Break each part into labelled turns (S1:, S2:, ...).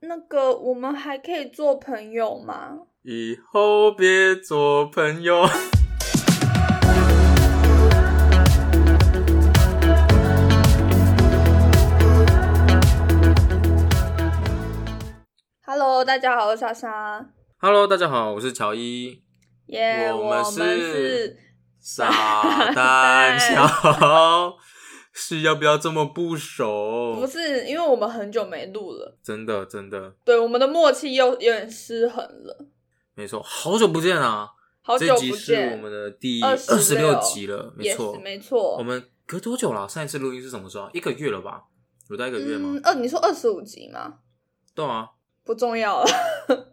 S1: 那个我们还可以做朋友吗？
S2: 以后别做朋友。
S1: Hello，大家好，我是莎莎。
S2: Hello，大家好，我是乔伊，
S1: 耶、
S2: 我
S1: 我
S2: 们
S1: 是
S2: 傻蛋乔。是要不要这么不熟？
S1: 不是因为我们很久没录了？
S2: 真的真的，
S1: 对，我们的默契又有点失衡了。
S2: 没错，好久不见啊！
S1: 好久
S2: 这
S1: 不
S2: 集是我
S1: 见，
S2: 们的第二
S1: 26
S2: 十六集了，没
S1: Yes，
S2: 错。
S1: 没错。
S2: 我们隔多久了？上一次录音是什么时候啊？一个月了吧？有到一个月吗？
S1: 嗯，二你说二十五集吗？
S2: 对啊，
S1: 不重要了。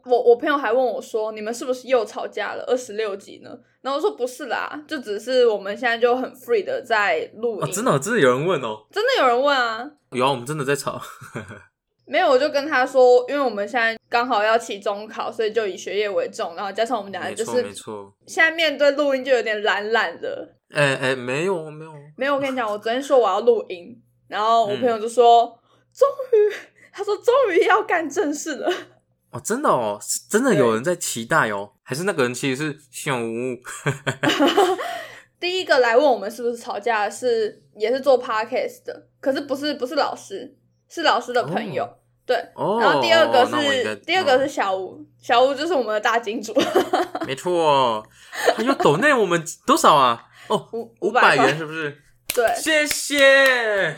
S1: 我我朋友还问我说：“你们是不是又吵架了？二十六集呢？”然后我说：“不是啦，就只是我们现在就很 free 的在录
S2: 啊，
S1: 音。
S2: 真的真的有人问哦，
S1: 真的有人问啊？
S2: 有啊，我们真的在吵。
S1: 没有，我就跟他说，因为我们现在刚好要期中考，所以就以学业为重，然后加上我们俩
S2: 没
S1: 啊就
S2: 错
S1: 是
S2: 没错，
S1: 现在面对录音就有点懒懒的。
S2: 哎哎，没有没有，
S1: 没有，我跟你讲，我昨天说我要录音，然后我
S2: 嗯
S1: 朋友就说：“终于，他说终于要干正事了。”
S2: 哦，真的哦，是真的有人在期待哦，还是那个人其实是小吴？
S1: 第一个来问我们是不是吵架的是也是做 podcast 的，可是不是不是老师，是老师的朋友。对，
S2: 哦，
S1: 然后第二个
S2: 那我应
S1: 是、
S2: 该
S1: 第二个是
S2: 嗯
S1: 小吴，小吴就是我们的大金主，
S2: 没错，还有抖内我们多少啊？哦，
S1: 五
S2: 五
S1: 百
S2: 百
S1: 块
S2: 元。是不是？
S1: 对，
S2: 谢谢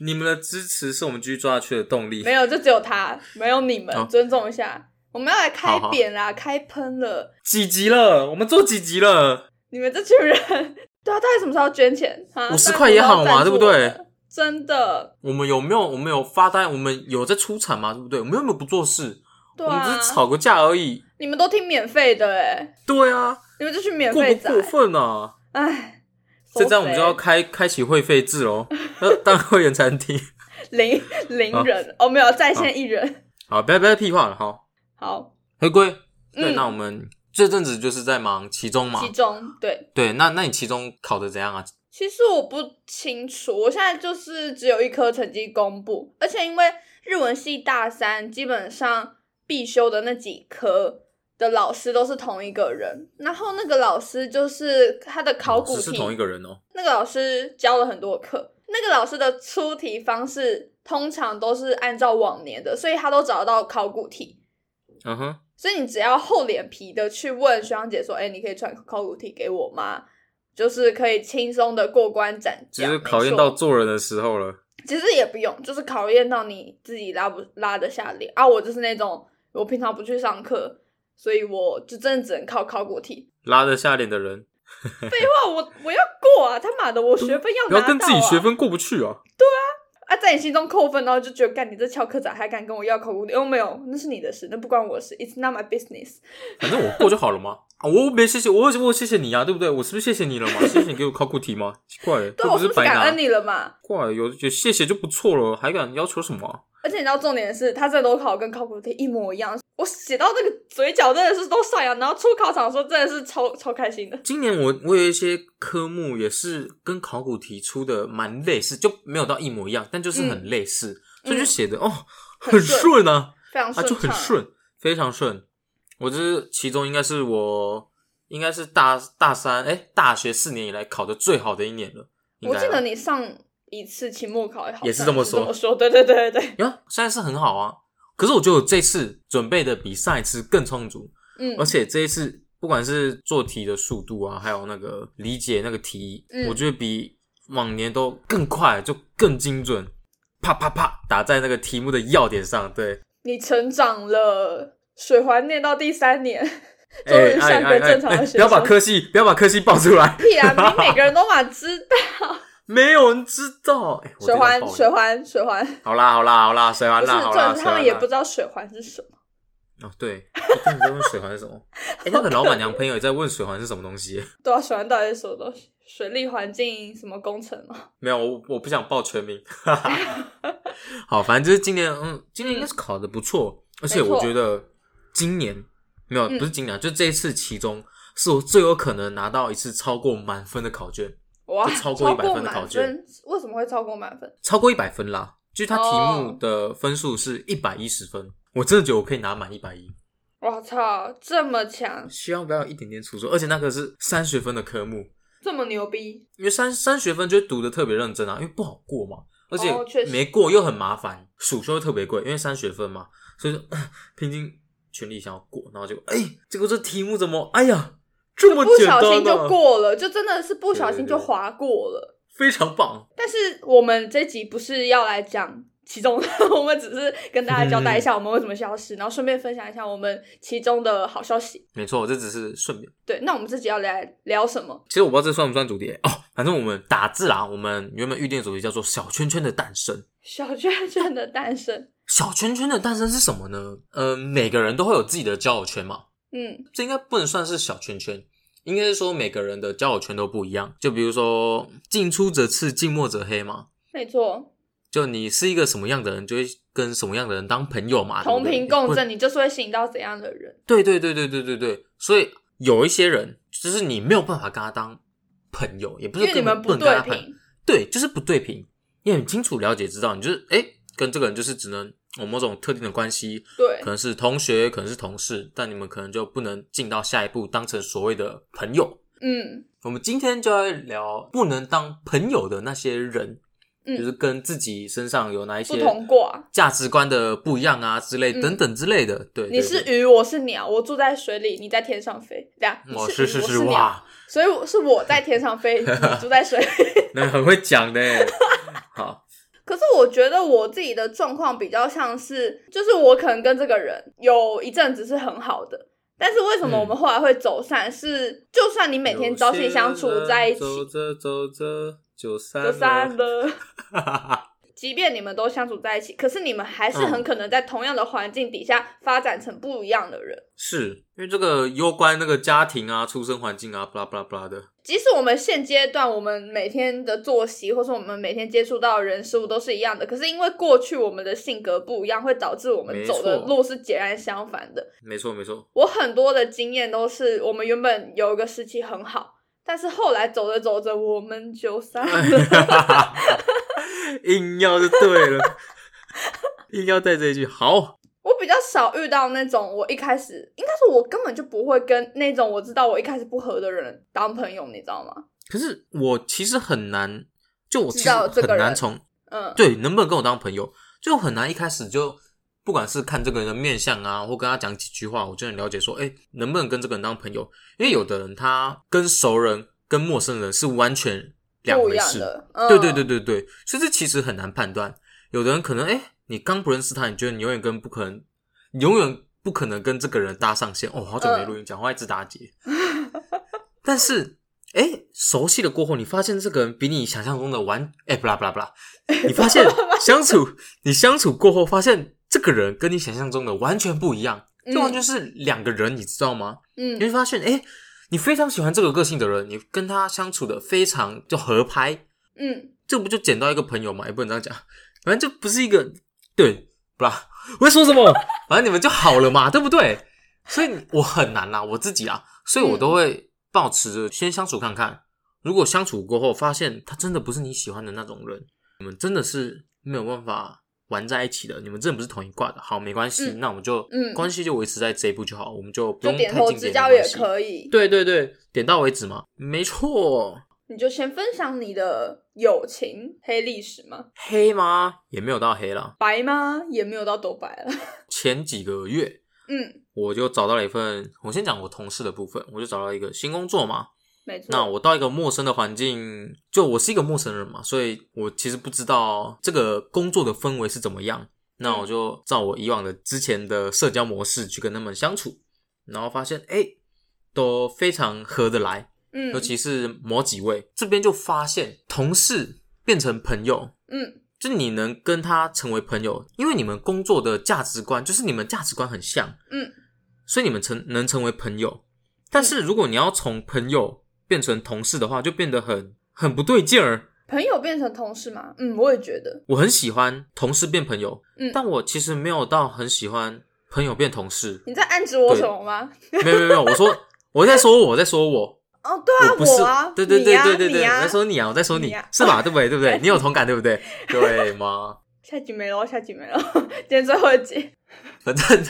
S2: 你们的支持，是我们继续做下去的动力。
S1: 没有就只有他，没有你们，
S2: 好
S1: 尊重一下。我们要来开
S2: 好好
S1: 扁啦，开喷了，
S2: 几集了？我们做几集了？
S1: 你们这群人， 对啊，到底什么时候捐钱？啊
S2: 50块也好嘛对不？
S1: 到底什么时候
S2: 对
S1: 赞助我们真的，
S2: 我们有没有？我们有发单？我们有在出产吗？对不对？我们有没有不做事？
S1: 对
S2: 我们
S1: 啊
S2: 只，是吵个架而已。
S1: 你们都听免费的哎、
S2: 对啊，
S1: 你们这群免
S2: 过
S1: 费
S2: 不
S1: 仔，
S2: 过分啊？
S1: 哎，
S2: 现在我们就
S1: 佛
S2: 要
S1: 肥
S2: 开开启会费制喽，那当然会员餐厅。
S1: 零零人哦，没有在线一人。
S2: 好，不要不要屁话了，好，
S1: 好，
S2: 回归。对，
S1: 嗯
S2: 那我们这阵子就是在忙期中嘛
S1: 其。中对，
S2: 对，那那你期中考的怎样啊？
S1: 其实我不清楚，我现在就是只有一科成绩公布，而且因为日文系大三基本上必修的那几科的老师都是同一个人，然后那个老师就是他的考古
S2: 只
S1: 题
S2: 是，同一个人哦。
S1: 那个老师教了很多课，那个老师的出题方式通常都是按照往年的，所以他都找得到考古题。
S2: 嗯哼，
S1: 所以你只要厚脸皮的去问学长姐说：“哎、你可以传考古题给我吗？”就是可以轻松的过关斩
S2: 只
S1: 将，
S2: 是考
S1: 没
S2: 验
S1: 错
S2: 到，做人的时候了。
S1: 其实也不用，就是考验到你自己拉不拉得下脸啊！我就是那种我平常不去上课，所以我就真的只能靠考古题。
S2: 拉得下脸的人，
S1: 哇，我我要过啊！他妈的，我学分要
S2: 不
S1: 拿到、啊、
S2: 嗯要跟自己学分过不去啊！
S1: 啊，在你心中扣分，然后就觉得干你这翘课仔还敢跟我要考古题？哦，没有，那是你的事，那不关我的事，It's not my business。
S2: 反正我过就好了嘛。啊， 我没谢谢，我有我有谢谢你啊，对不对？我是不是谢谢你了嘛？谢谢你给我考古题吗？奇怪，
S1: 对，啊
S2: 这
S1: 我
S2: 不
S1: 是不是
S2: 白
S1: 感
S2: 拿
S1: 恩？你了嘛？
S2: 怪，有有谢谢就不错了，还敢要求什么啊、
S1: 而且你知道重点是，他这都考跟考古题一模一样，我写到那个嘴角真的是都上扬，然后出考场的时候真的是超超开心的。
S2: 今年我我有一些科目也是跟考古题出的蛮类似，就没有到一模一样，但就是很类似，所以就写的、哦
S1: 很
S2: 很
S1: 顺
S2: 顺啊，
S1: 非常
S2: 啊
S1: 顺
S2: 就
S1: 畅，
S2: 很顺，非常顺。我这是其中应该是我应该是大大三哎、大学四年以来考的最好的一年了，应
S1: 我
S2: 该
S1: 记得
S2: 啊
S1: 你上一次期末考好像
S2: 也是这么
S1: 说，
S2: 说
S1: 这么说，对对对对 对，
S2: 呀，现在是很好啊。可是我觉得我这次准备的比上一次更充足，
S1: 嗯
S2: 而，且这一次不管是做题的速度啊，还有那个理解那个题，
S1: 嗯
S2: 我觉得比往年都更快，就更精准，啪啪啪打在那个题目的要点上。对，
S1: 你成长了，水环念到第三年， 终
S2: 哎
S1: 于
S2: 哎
S1: 像
S2: 哎
S1: 个正
S2: 哎
S1: 常的
S2: 哎，
S1: 学
S2: 不
S1: 生。
S2: 要把科系不要把科系爆出来，
S1: 屁啊！你每个人都嘛知道，
S2: 没有人知道。哎 我
S1: 水
S2: 这段
S1: 环
S2: 爆
S1: 水环水环，
S2: 好啦好啦好啦，水
S1: 不
S2: 完
S1: 是，
S2: 啦
S1: 重
S2: 好
S1: 点
S2: 啦，
S1: 是
S2: 水
S1: 他们
S2: 完
S1: 也不
S2: 啦
S1: 知。道水环是什么。
S2: 哦，对，我根本在问水环是什么？哎，那个老板娘朋友也在问水环是什么东西。
S1: 对啊，水环到底是什么东西？水利环境什么工程吗？
S2: 没有，我我不想报全名。 好，反正就是今年，嗯，今年应该是考的不错，而且
S1: 没错
S2: 我觉得今年没有
S1: 嗯
S2: 不是今年啊，就这一次其中是我最有可能拿到一次超过满分的考卷，
S1: 哇，
S2: 就超过100分的
S1: 满
S2: 考卷
S1: 分，为什么会超过满分？
S2: 超过一百分啦。就它题
S1: 哦
S2: 目的分数是一百一十分，我真的觉得我可以拿满一百一，
S1: 我操，这么强，
S2: 希望不要有一点点出错。而且那个是三学分的科目，
S1: 这么牛逼，
S2: 因为三三学分就会读的特别认真啊，因为不好过嘛，而
S1: 哦确
S2: 且
S1: 实
S2: 没过又很麻烦，暑修会特别贵，因为三学分嘛，所以说 拼尽全力想要过，然后结果哎、结果这题目怎么哎呀这么
S1: 不
S2: 简单、啊、
S1: 小心就过了，就真的是不小心
S2: 对对
S1: 就
S2: 对
S1: 划过了。
S2: 非常棒，
S1: 但是我们这集不是要来讲其中的， 我们只是跟大家交
S2: 嗯
S1: 代一下我们为什么消失，然后顺便分享一下我们其中的好消息。
S2: 没错，这只是顺便。
S1: 对，那我们这集要来聊什么？
S2: 其实我不知道这算不算主题欸哦，反正我们打字啦，我们原本预定的主题叫做“小圈圈的诞生”。
S1: 小圈圈的诞生。
S2: 小圈圈的诞生是什么呢？呃，每个人都会有自己的交友圈嘛，
S1: 嗯，
S2: 这应该不能算是小圈圈，应该是说每个人的交友圈都不一样。就比如说“近朱者赤，近墨者黑”嘛，
S1: 没错，
S2: 就你是一个什么样的人，就会跟什么样的人当朋友嘛，
S1: 同
S2: 啊对不对
S1: 频共
S2: 不
S1: 振，你就是会吸引到怎样的人？
S2: 对对对对对对对，所以有一些人就是你没有办法跟他当朋友，也不
S1: 因
S2: 是
S1: 为你
S2: 根本
S1: 们
S2: 不能跟
S1: 对
S2: 他朋友。
S1: 频。
S2: 对，就是不对频。你很清楚了解知道，你就是哎、诶跟这个人就是只能有某种特定的关系，
S1: 对
S2: 可，能是同学，可能是同事，但你们可能就不能进到下一步，当成所谓的朋友。
S1: 嗯，
S2: 我们今天就要聊不能当朋友的那些人，
S1: 嗯
S2: 就是跟自己身上有哪一
S1: 不
S2: 些
S1: 同卦。
S2: 价值观的不一样啊之类、
S1: 嗯
S2: 等等之类的。对，
S1: 你
S2: 对
S1: 是
S2: 对
S1: 鱼，我是鸟，我住在水里，你在天上飞。这样，你
S2: 我
S1: 是
S2: 是
S1: 鱼，
S2: 哦是
S1: 我
S2: 是
S1: 鸟，
S2: 哇，
S1: 所以我是我在天上 飞，你住在水里。
S2: 那很会讲的欸。好，
S1: 可是我觉得我自己的状况比较像是，就是我可能跟这个人有一阵子是很好的，但是为什么
S2: 嗯
S1: 我们后来会走散？是就算你每天朝夕相处在一起，
S2: 走着走着就散
S1: 就散了。
S2: 了。
S1: 即便你们都相处在一起，可是你们还是很
S2: 嗯
S1: 可能在同样的环境底下发展成不一样的人。
S2: 是因为这个攸关那个家庭啊、出生环境啊、巴拉巴拉巴拉的。
S1: 即使我们现阶段我们每天的作息，或是我们每天接触到的人事物都是一样的，可是因为过去我们的性格不一样，会导致我们
S2: 没
S1: 走的
S2: 错
S1: 路是截然相反的。
S2: 没错，没错，
S1: 我很多的经验都是，我们原本有一个时期很好，但是后来走着走着我们就散 了。
S2: 硬要就对了， 硬要带这一句。好，
S1: 我比较少遇到那种我一开始，应该说我根本就不会跟那种我知道我一开始不合的人当朋友，你知道吗？
S2: 可是我其实很难，就我其
S1: 知
S2: 实
S1: 道这个
S2: 很难
S1: 人
S2: 从
S1: 嗯，
S2: 对能不能跟我当朋友，就很难一开始就。不管是看这个人的面相啊，或跟他讲几句话，我就很了解说，哎、能不能跟这个人当朋友？因为有的人他跟熟人跟陌生人是完全两
S1: 不一
S2: 回
S1: 样
S2: 事，
S1: 的。
S2: 对
S1: 嗯
S2: 对对对对，所以这其实很难判断。有的人可能，哎、你刚不认识他，你觉得你永远跟不可能，你永远不可能跟这个人搭上线。哦，好久没录音，讲话一直 打结。但是，哎、熟悉了过后，你发现这个人比你想象中的完，哎、不啦不啦不 啦，你发现相处，你相处过后发现这个人跟你想象中的完全不一样，这完全是两个人，你知道吗？
S1: 嗯
S2: 你会发现，哎、你非常喜欢这个个性的人，你跟他相处的非常就合拍，
S1: 嗯，
S2: 这不就捡到一个朋友嘛？也不能这样讲，反正就不是一个对，不啦，我在说什么？反正你们就好了嘛，对不对？所以我很难啦，我自己啊，所以我都会保持着先相处看看。如果相处过后发现他真的不是你喜欢的那种人，你们真的是没有办法玩在一起的，你们真的不是同一挂的，好，没关系，
S1: 嗯
S2: 那我们就、
S1: 嗯
S2: 关系就维持在这一步就好，我们就不
S1: 就
S2: 用
S1: 点
S2: 太
S1: 头
S2: 近
S1: 之
S2: 点
S1: 交
S2: 没
S1: 也
S2: 关系
S1: 可以。
S2: 对对对，点到为止嘛，没错。
S1: 你就先分享你的友情黑历史吗？
S2: 黑吗？也没有到黑啦，
S1: 白吗？也没有到都白了。
S2: 前几个月，
S1: 嗯，
S2: 我就找到了一份，我先讲我同事的部分，我就找到一个新工作嘛。
S1: 没错。
S2: 那我到一个陌生的环境，就我是一个陌生人嘛，所以我其实不知道这个工作的氛围是怎么样。那我就照我以往的之前的社交模式去跟他们相处，然后发现哎、诶都非常合得来，
S1: 嗯
S2: 尤其是某几位这边就发现同事变成朋友，
S1: 嗯
S2: 就你能跟他成为朋友，因为你们工作的价值观就是你们价值观很像，
S1: 嗯，
S2: 所以你们成能成为朋友。但是如果你要从朋友变成同事的话，就变得很很不对劲儿。
S1: 朋友变成同事嘛？嗯，我也觉得。
S2: 我很喜欢同事变朋友，
S1: 嗯
S2: 但我其实没有到很喜欢朋友变同事。
S1: 你在暗指我
S2: 对
S1: 什么吗？
S2: 没有没有没有，我说我在说我，我在说我，
S1: 哦，对 啊，
S2: 我不是，
S1: 啊，
S2: 对对
S1: 你
S2: 对
S1: 呀
S2: 对对对，
S1: 你
S2: 我
S1: 啊
S2: 在说你啊，我在说你，
S1: 你啊
S2: 是吧？对不对？对不对？你有同感对不对？对吗？
S1: 下集没了，下集没了，今天最后一集。
S2: 反正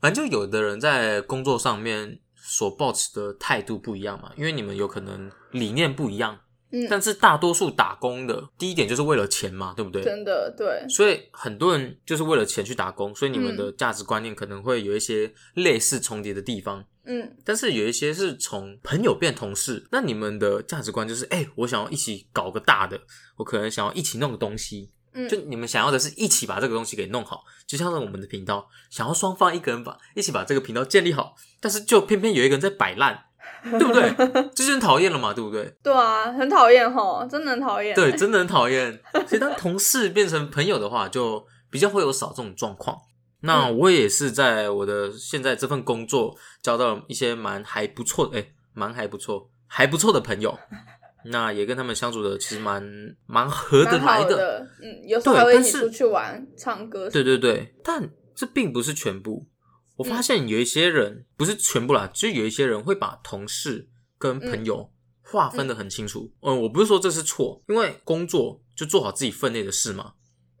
S2: 反正就有的人在工作上面所抱持的态度不一样嘛，因为你们有可能理念不一样，
S1: 嗯，
S2: 但是大多数打工的第一点就是为了钱嘛，对不对？
S1: 真的对，
S2: 所以很多人就是为了钱去打工，所以你们
S1: 嗯
S2: 的价值观念可能会有一些类似重叠的地方，
S1: 嗯
S2: 但是有一些是从朋友变同事，那你们的价值观就是，哎、我想要一起搞个大的，我可能想要一起弄个东西，
S1: 嗯，
S2: 就你们想要的是一起把这个东西给弄好，就像是我们的频道想要双方一个人把一起把这个频道建立好，但是就偏偏有一个人在摆 烂，对不对？这就很讨厌了嘛，对不对？
S1: 对啊，很讨厌吼，真的很讨厌。
S2: 对，真的很讨厌。所以当同事变成朋友的话，就比较会有少这种状况。那
S1: 嗯
S2: 我也是在我的现在这份工作交到一些蛮还不错的，哎、蛮还不错，还不错的朋友。那也跟他们相处的其实蛮蛮合得
S1: 蛮好
S2: 来
S1: 的，嗯，有时候
S2: 对
S1: 还会一
S2: 但
S1: 起
S2: 是
S1: 出去玩、唱歌。
S2: 对对对，但这并不是全部。我发现有一些人、不是全部啦，就是有一些人会把同事跟朋友划分的很清楚。嗯，我不是说这是错，因为工作就做好自己分内的事嘛。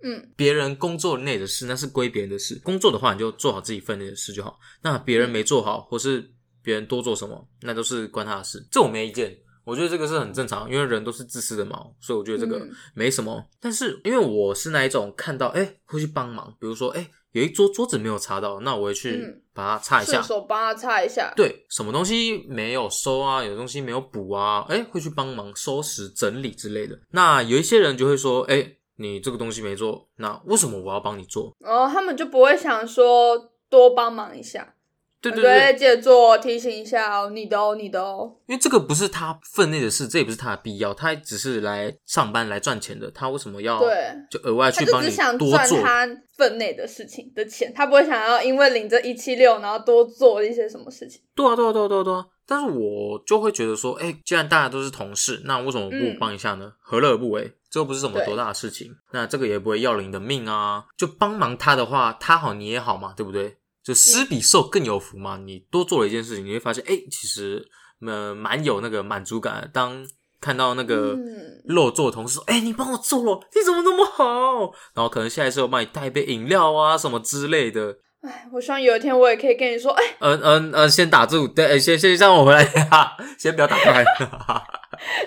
S1: 嗯
S2: 别人工作内的事那是归别人的事，工作的话你就做好自己分内的事就好。那别人没做好，或是别人多做什么，那都是关他的事，这我没意见。我觉得这个是很正常，因为人都是自私的嘛，所以我觉得这个
S1: 嗯
S2: 没什么。但是因为我是那一种看到哎、诶会去帮忙，比如说哎、诶有一桌桌子没有擦到，那我会去
S1: 嗯
S2: 把它擦一
S1: 顺
S2: 下。
S1: 手帮他擦一下。
S2: 对，什么东西没有收啊，有东西没有补啊，哎、会去帮忙收拾、整理之类的。那有一些人就会说，哎、你这个东西没做，那为什么我要帮你做？
S1: 哦，他们就不会想说多帮忙一下，
S2: 对
S1: 我就
S2: 对对，
S1: 会借做提醒一下哦，你的哦，你的哦，
S2: 因为这个不是他分内的事，这也不是他的必要，他只是来上班来赚钱的，他为什么要
S1: 对。
S2: 就额外
S1: 他
S2: 哦去
S1: 就
S2: 帮
S1: 只
S2: 你
S1: 想
S2: 多
S1: 赚
S2: 做？
S1: 他分内的事情的钱，他不会想要因为领这一七六，然后多做一些什么事情。
S2: 对啊，对啊，对啊，对啊，对啊。但是我就会觉得说，哎、既然大家都是同事，那为什么不
S1: 嗯
S2: 帮一下呢？何乐而不为？这又不是什么
S1: 对
S2: 多大的事情，那这个也不会要了你的命啊。就帮忙他的话，他好你也好嘛，对不对？就
S1: 嗯
S2: 施比受更有福嘛。你多做了一件事情，你会发现，哎、其实呃蛮有那个满足感的。当看到那个
S1: 嗯
S2: 肉做的同事说，哎、你帮我做了，你怎么那么好？然后可能下一次我帮你带一杯饮料啊什么之类的，
S1: 哎，我希望有一天我也可以跟你说，哎，
S2: 嗯嗯嗯，先打住，对，呃先先让我回来， 哈哈，先不要 打开，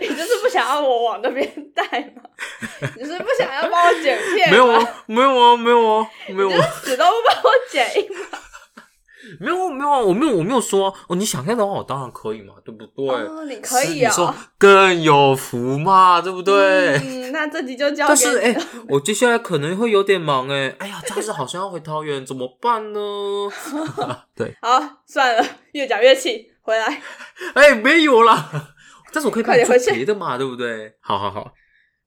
S1: 你就是不想要我往那边带 吗？你是不想要帮我剪片？
S2: 没有，哦，没有哦，没有哦，没有
S1: 你
S2: 哦
S1: 就，死都不帮我剪一
S2: 没有哦，没有哦，我没有，我没有说哦，你想看的话，我当然可以嘛，对不对？
S1: 哦，你可以
S2: 你说
S1: 哦。
S2: 更有福嘛，对不对？
S1: 嗯，那这集就交给
S2: 但是
S1: 你
S2: 哎、
S1: 了。
S2: 我接下来可能会有点忙哎，哎呀，假日好像要回桃园，怎么办呢？
S1: 好，算了，越讲越气，回来。
S2: 哎、没有啦， 但是我可以帮你做
S1: 快点回去
S2: 别的嘛，对不对？好好好。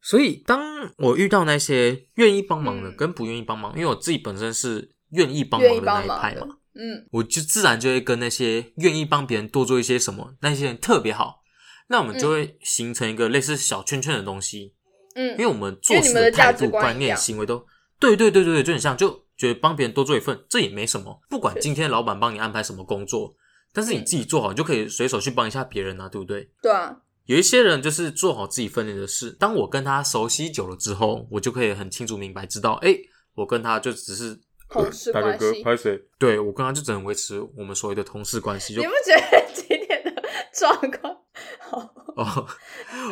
S2: 所以当我遇到那些愿意帮忙的
S1: 嗯
S2: 跟不愿意帮忙，因为我自己本身是愿意帮
S1: 愿意
S2: 忙的那
S1: 帮
S2: 一
S1: 忙
S2: 派
S1: 的
S2: 嘛，
S1: 嗯，
S2: 我就自然就会跟那些愿意帮别人多做一些什么那些人特别好，那我们就会形成一个类似小圈圈的东西，
S1: 嗯
S2: 因为我们
S1: 因
S2: 做
S1: 为你
S2: 事
S1: 们的价
S2: 态
S1: 值
S2: 度、
S1: 观
S2: 观
S1: 一
S2: 念、
S1: 样
S2: 行为都对对对对对，就很像，就觉得帮别人多做一份，这也没什么。不管今天老板帮你安排什么工作，但是你
S1: 嗯
S2: 自己做好，你就可以随手去帮一下别人啊，对不对？
S1: 对啊，
S2: 有一些人就是做好自己分内的事。当我跟他熟悉久了之后，我就可以很清楚明白知道，哎、我跟他就只是
S1: 同事关系。
S2: 拍谁？对我跟他就只能维持我们所谓的同事关系，就
S1: 你不觉得今天的 状况好？
S2: 哦，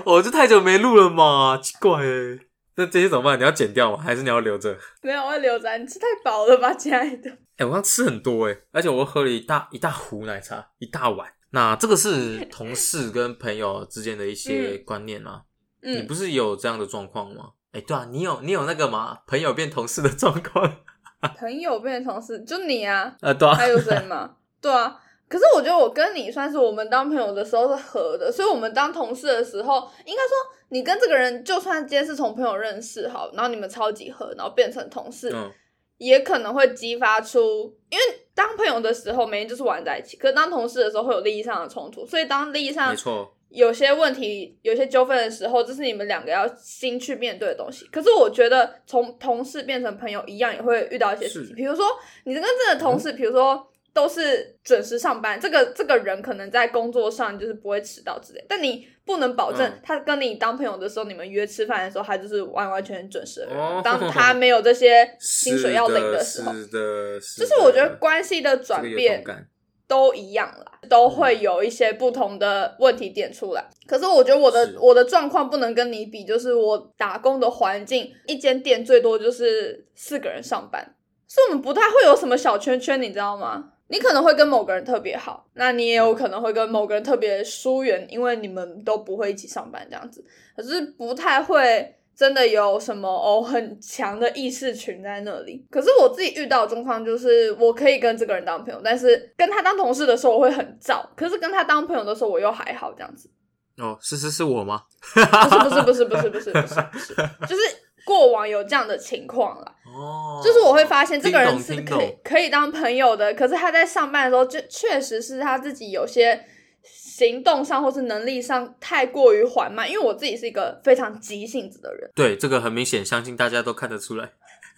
S2: 哦，这太久没录了嘛，奇怪哎。那这些怎么办？你要剪掉吗？还是你要留着？
S1: 没有，我留着啊。你吃太饱了吧，亲爱的。
S2: 哎、我刚吃很多哎、而且我喝了一大一大壶奶茶，一大碗。那这个是同事跟朋友之间的一些
S1: 嗯
S2: 观念啦、你
S1: 嗯，
S2: 不是有这样的状况吗？哎、对啊，你有你有那个嘛，朋友变同事的状况
S1: 朋友变成同事，就你啊，
S2: 啊？对啊，
S1: 还有谁吗？ 对啊。可是我觉得我跟你算是我们当朋友的时候是合的，所以我们当同事的时候，应该说你跟这个人就算今天是从朋友认识好，然后你们超级合，然后变成同事，
S2: 嗯，
S1: 也可能会激发出，因为当朋友的时候每天就是玩在一起，可是当同事的时候会有利益上的冲突，所以当利益上
S2: 没错，
S1: 有些问题、有些纠纷的时候，这是你们两个要新去面对的东西。可是我觉得，从同事变成朋友一样，也会遇到一些事
S2: 是嗯
S1: 情。比如说，你跟这个同事，比如说都都是准时上班，这个这个人可能在工作上就是不会迟到之类，但你不能保证
S2: 嗯
S1: 他跟你当朋友的时候，你们约吃饭的时候，他就是完完全全准时的人。
S2: 哦
S1: 当他没有这些薪
S2: 是
S1: 水要领
S2: 的
S1: 时候，
S2: 是的，是
S1: 就
S2: 的
S1: 是我觉得关系的
S2: 这
S1: 转
S2: 个有
S1: 变
S2: 同感
S1: 都一样啦，都会有一些不同的问题点出来。可是我觉得我的
S2: 是
S1: 我的状况不能跟你比，就是我打工的环境，一间店最多就是四个人上班，所以我们不太会有什么小圈圈，你知道吗？你可能会跟某个人特别好，那你也有可能会跟某个人特别疏远，因为你们都不会一起上班这样子。可是不太会真的有什么哦很强的意识群在那里。可是我自己遇到的状况就是，我可以跟这个人当朋友，但是跟他当同事的时候我会很燥，可是跟他当朋友的时候我又还好这样子。
S2: 哦，是是是我吗？
S1: 不是不是不是不是不是不是不是，就是过往有这样的情况啦。
S2: 哦，
S1: 就是我会发现这
S2: 听
S1: 个人
S2: 懂
S1: 是
S2: 听
S1: 可以
S2: 懂
S1: 可以当朋友的，可是他在上班的时候，就确实是他自己有些行动上或是能力上太过于缓慢。因为我自己是一个非常急性子的人，
S2: 对这个很明显，相信大家都看得出来。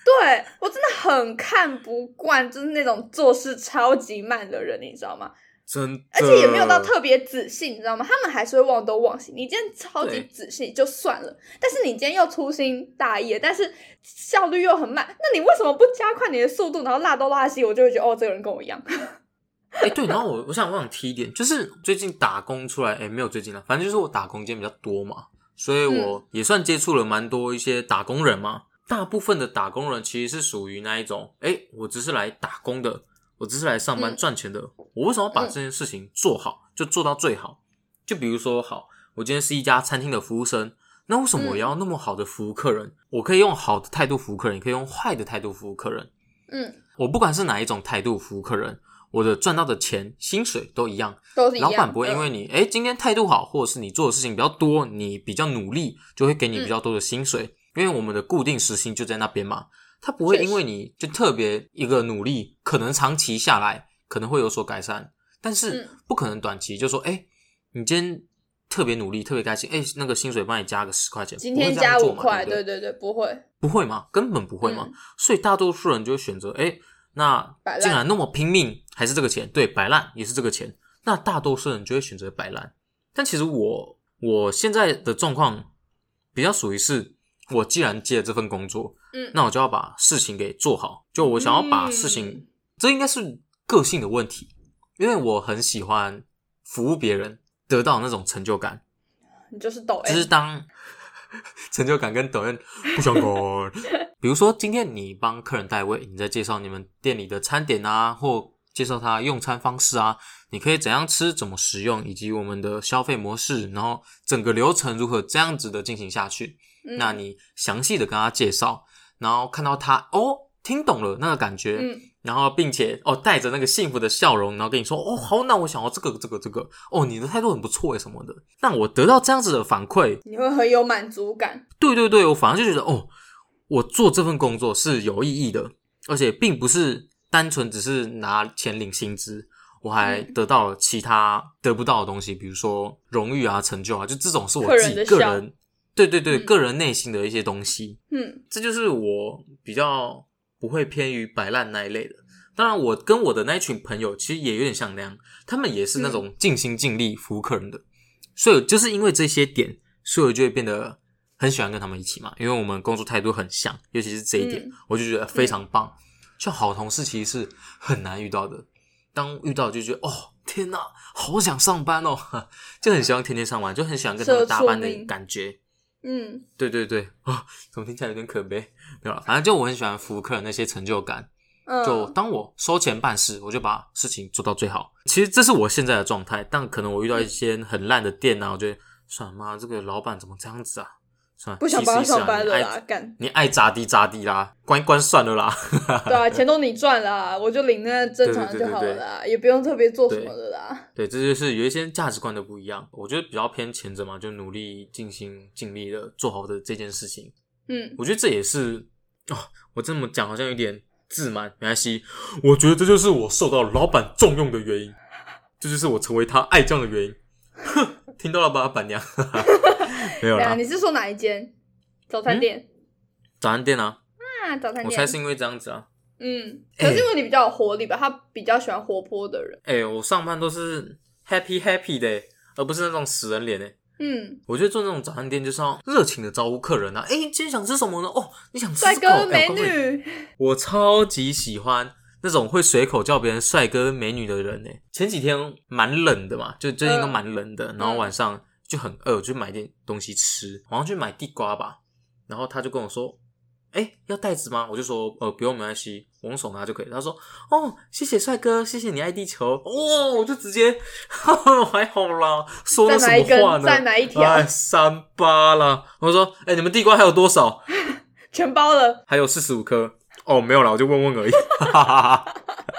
S1: 对我真的很看不惯，就是那种做事超级慢的人，你知道吗？
S2: 真的，
S1: 而且也没有到特别仔细，你知道吗？他们还是会忘东忘西。你今天超级
S2: 对
S1: 仔细就算了，但是你今天又粗心大意，但是效率又很慢，那你为什么不加快你的速度，然后拉都拉稀？我就会觉得哦，这个人跟我一样。
S2: 哎、对，然后我我想我想提一点，就是最近打工出来，哎、没有最近了，反正就是我打工间比较多嘛，所以
S1: 嗯
S2: 我也算接触了蛮多一些打工人嘛。大部分的打工人其实是属于那一种，哎、我只是来打工的，我只是来上班
S1: 嗯
S2: 赚钱的，我为什么要
S1: 嗯
S2: 把这件事情做好，就做到最好？就比如说，好，我今天是一家餐厅的服务生，那为什
S1: 嗯
S2: 么我要那么好的服务客人？我可以用好的态度服务客人，也可以用坏的态度服务客人。
S1: 嗯，
S2: 我不管是哪一种态度服务客人，我的赚到的钱、薪水都一样。
S1: 都是一样嗯
S2: 老
S1: 的。
S2: 板不会因为你哎、诶今天态度好，或者是你做的事情比较多，你比较努力，就会给
S1: 嗯
S2: 你比较多的薪水，因为我们的固定时薪就在那边嘛。他不会
S1: 确实
S2: 因为你就特别一个努力，可能长期下来可能会有所改善，但是
S1: 嗯
S2: 不可能短期就说哎、诶你今天特别努力，特别开心，哎、那个薪水帮你加个十块钱，
S1: 今
S2: 不会
S1: 天
S2: 这样
S1: 加
S2: 做
S1: 五
S2: 嘛
S1: 块，
S2: 对不对
S1: 对对对，不会。
S2: 不会嘛，根本不会嘛，
S1: 嗯
S2: 所以大多数人就会选择，哎，那
S1: 摆烂
S2: 竟然那么拼命，还是这个钱，对，摆烂也是这个钱，那大多数人就会选择摆烂。但其实我我现在的状况比较属于是，我既然接了这份工作，
S1: 嗯
S2: 那我就要把事情给做好，就我想要把事情，
S1: 嗯
S2: 这应该是个性的问题，因为我很喜欢服务别人，得到那种成就感，
S1: 你就是抖 M，
S2: 就是当 成就感跟抖 M 不相关。比如说，今天你帮客人代位，你在介绍你们店里的餐点啊，或介绍他用餐方式啊，你可以怎样吃、怎么食用，以及我们的消费模式，然后整个流程如何这样子的进行下去。
S1: 嗯
S2: 那你详细的跟他介绍，然后看到他哦听懂了那个感觉，
S1: 嗯
S2: 然后并且哦带着那个幸福的笑容，然后跟你说哦好，那我想要这个这个这个哦，你的态度很不错诶什么的。那我得到这样子的反馈，
S1: 你会很有满足感。
S2: 对对对，我反而就觉得哦，我做这份工作是有意义的，而且并不是单纯只是拿钱领薪资，我还
S1: 嗯
S2: 得到了其他得不到的东西，比如说荣誉啊、成就啊，就这种是
S1: 客
S2: 我
S1: 人
S2: 自己
S1: 的
S2: 个
S1: 笑
S2: 人，对对对，
S1: 嗯
S2: 个人内心的一些东西。
S1: 嗯
S2: 这就是我比较不会偏于摆烂那一类的。当然，我跟我的那一群朋友其实也有点像那样，他们也是
S1: 嗯
S2: 那种尽心尽力服务客人的，所以就是因为这些点，所以我就会变得很喜欢跟他们一起嘛，因为我们工作态度很像，尤其是这一点，
S1: 嗯
S2: 我就觉得非常棒。就好同事其实是很难遇到的，当遇到就觉得哦天哪，好想上班哦， 就很喜欢天天上班，就很喜欢跟他们
S1: 社畜
S2: 搭班的
S1: 命
S2: 感觉。
S1: 嗯
S2: 对对对啊、怎么听起来有点可悲？没有了，反正就我很喜欢服务客人那些成就感。
S1: 嗯，
S2: 就当我收钱办事，我就把事情做到最好。其实这是我现在的状态，但可能我遇到一些很烂的店啊，我觉得算了妈，这个老板怎么这样子啊？算了，
S1: 不想
S2: 气
S1: 帮他
S2: 死一死啊
S1: 上班了
S2: 你
S1: 啦，
S2: 爱
S1: 干。
S2: 你爱咋地咋地啦，关一关算了啦。
S1: 对啊，钱都你赚啦，我就领那正常的就好了啦，也不用特别做什么的啦。
S2: 对，这就是有一些价值观的不一样。我觉得比较偏前者嘛，就努力、尽心、尽力的做好的这件事情。
S1: 嗯，
S2: 我觉得这也是哦，我这么讲好像有点自满，没关系。我觉得这就是我受到老板重用的原因，这就是我成为他爱将的原因。哼，听到了吧，板娘？ 哈哈没有
S1: 对啊，
S2: 啦，
S1: 你是说哪一间早餐店？
S2: 早餐店啊，
S1: 啊，早餐
S2: 嗯我
S1: 店。
S2: 猜是因为这样子啊。
S1: 嗯，可是因为你比较有活力吧，他比较喜欢活泼的人。
S2: 哎、我上班都是 happy happy 的、而不是那种死人脸哎、
S1: 嗯，
S2: 我觉得做那种早餐店就是要热情的招呼客人啊！哎、今天想吃什么呢？哦，你想吃
S1: 帅
S2: 这个
S1: 哥
S2: 哦、
S1: 美
S2: 哎我告诉你
S1: 女，
S2: 我超级喜欢那种会随口叫别人帅哥美女的人呢。欸前几天蛮冷的嘛，就最
S1: 嗯
S2: 近都蛮冷的，然后晚上就很饿，我就买点东西吃，好像去买地瓜吧。然后他就跟我说：“哎、要袋子吗？”我就说：“呃，不用，没关系，我用手拿就可以。”他说：“哦，谢谢帅哥，谢谢你爱地球。”哦，我就直接，还好啦，说
S1: 再
S2: 了什
S1: 买一根
S2: 么话，呢？
S1: 再买一条
S2: 哎，，三八啦！我说：“哎、你们地瓜还有多少？”
S1: 全包了。
S2: 还有四十五颗。哦，没有啦，我就问问而已。 哈哈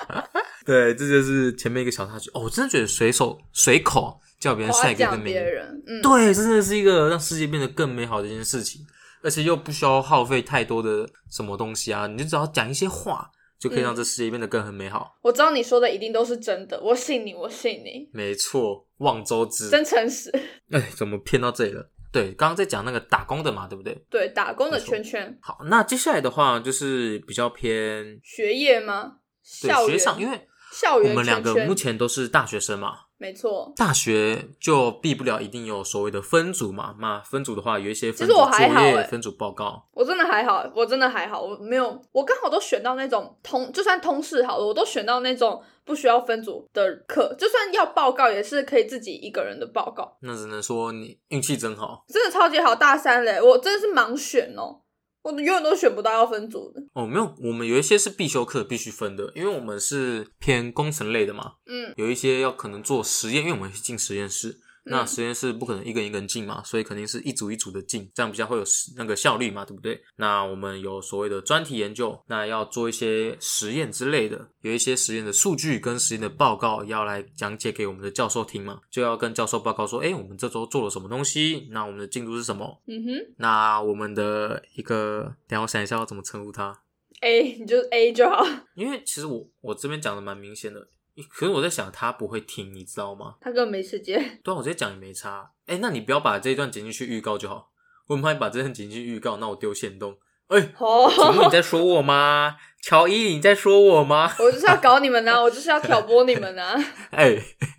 S2: 哈对，这就是前面一个小插曲。哦，我真的觉得随手随口叫别人
S1: 夸
S2: 帅哎哥跟
S1: 奖
S2: 美
S1: 别
S2: 女，
S1: 人，嗯，
S2: 对，真的是一个让世界变得更美好的一件事情，而且又不需要耗费太多的什么东西啊，你就只要讲一些话，就可以让这世界变得更很美好。
S1: 我知道你说的一定都是真的，我信你，我信你，
S2: 没错，望周知。
S1: 真诚实。
S2: 哎，怎么偏到这里了？对，刚刚在讲那个打工的嘛，对不对？
S1: 对，打工的
S2: 没错
S1: 圈圈，
S2: 好，那接下来的话就是比较偏
S1: 学业吗？校
S2: 对
S1: 园
S2: 学长，因为
S1: 校
S2: 我
S1: 园
S2: 们两
S1: 圈
S2: 个
S1: 圈
S2: 目，前都是大学生嘛，
S1: 没错。
S2: 大学就避不了一定有所谓的分组嘛。那分组的话，有一些
S1: 其
S2: 分组
S1: 实我
S2: 作
S1: 还好
S2: 业、
S1: 欸
S2: 分组报告。
S1: 我真的还好，我真的还好，我没有，我刚好都选到那种通，就算通识好了，我都选到那种不需要分组的课，就算要报告也是可以自己一个人的报告，
S2: 那只能说你运气真好
S1: 真的超级好。大三嘞，我真的是盲选哦，我永远都选不到要分组的。
S2: 哦。没有，我们有一些是必修课必须分的，因为我们是偏工程类的嘛，
S1: 嗯，
S2: 有一些要可能做实验，因为我们会进实验室。那
S1: 嗯
S2: 实验室不可能一个人一个人进嘛，所以肯定是一组一组的进，这样比较会有实那个效率嘛，对不对？那我们有所谓的专题研究，那要做一些实验之类的，有一些实验的数据跟实验的报告要来讲解给我们的教授听嘛，就要跟教授报告说，哎，我们这周做了什么东西，那我们的进度是什么？
S1: 嗯 哼
S2: 那我们的一个，等一下我想一下要怎么称呼他，
S1: ，A 哎你就 A 就好，
S2: 因为其实我我这边讲的蛮明显的，可是我在想他不会听，你知道吗？
S1: 他根本没时间。
S2: 对啊，我直接讲也没差。哎、那你不要把这一段剪进去预告就好。我很怕你把这段剪进去预告，那我丢线动。哎、
S1: 哦、
S2: 请问你在说我吗？乔伊，你在说我吗？
S1: 我就是要搞你们呐、啊我就是要挑拨你们啊呐、
S2: 哎、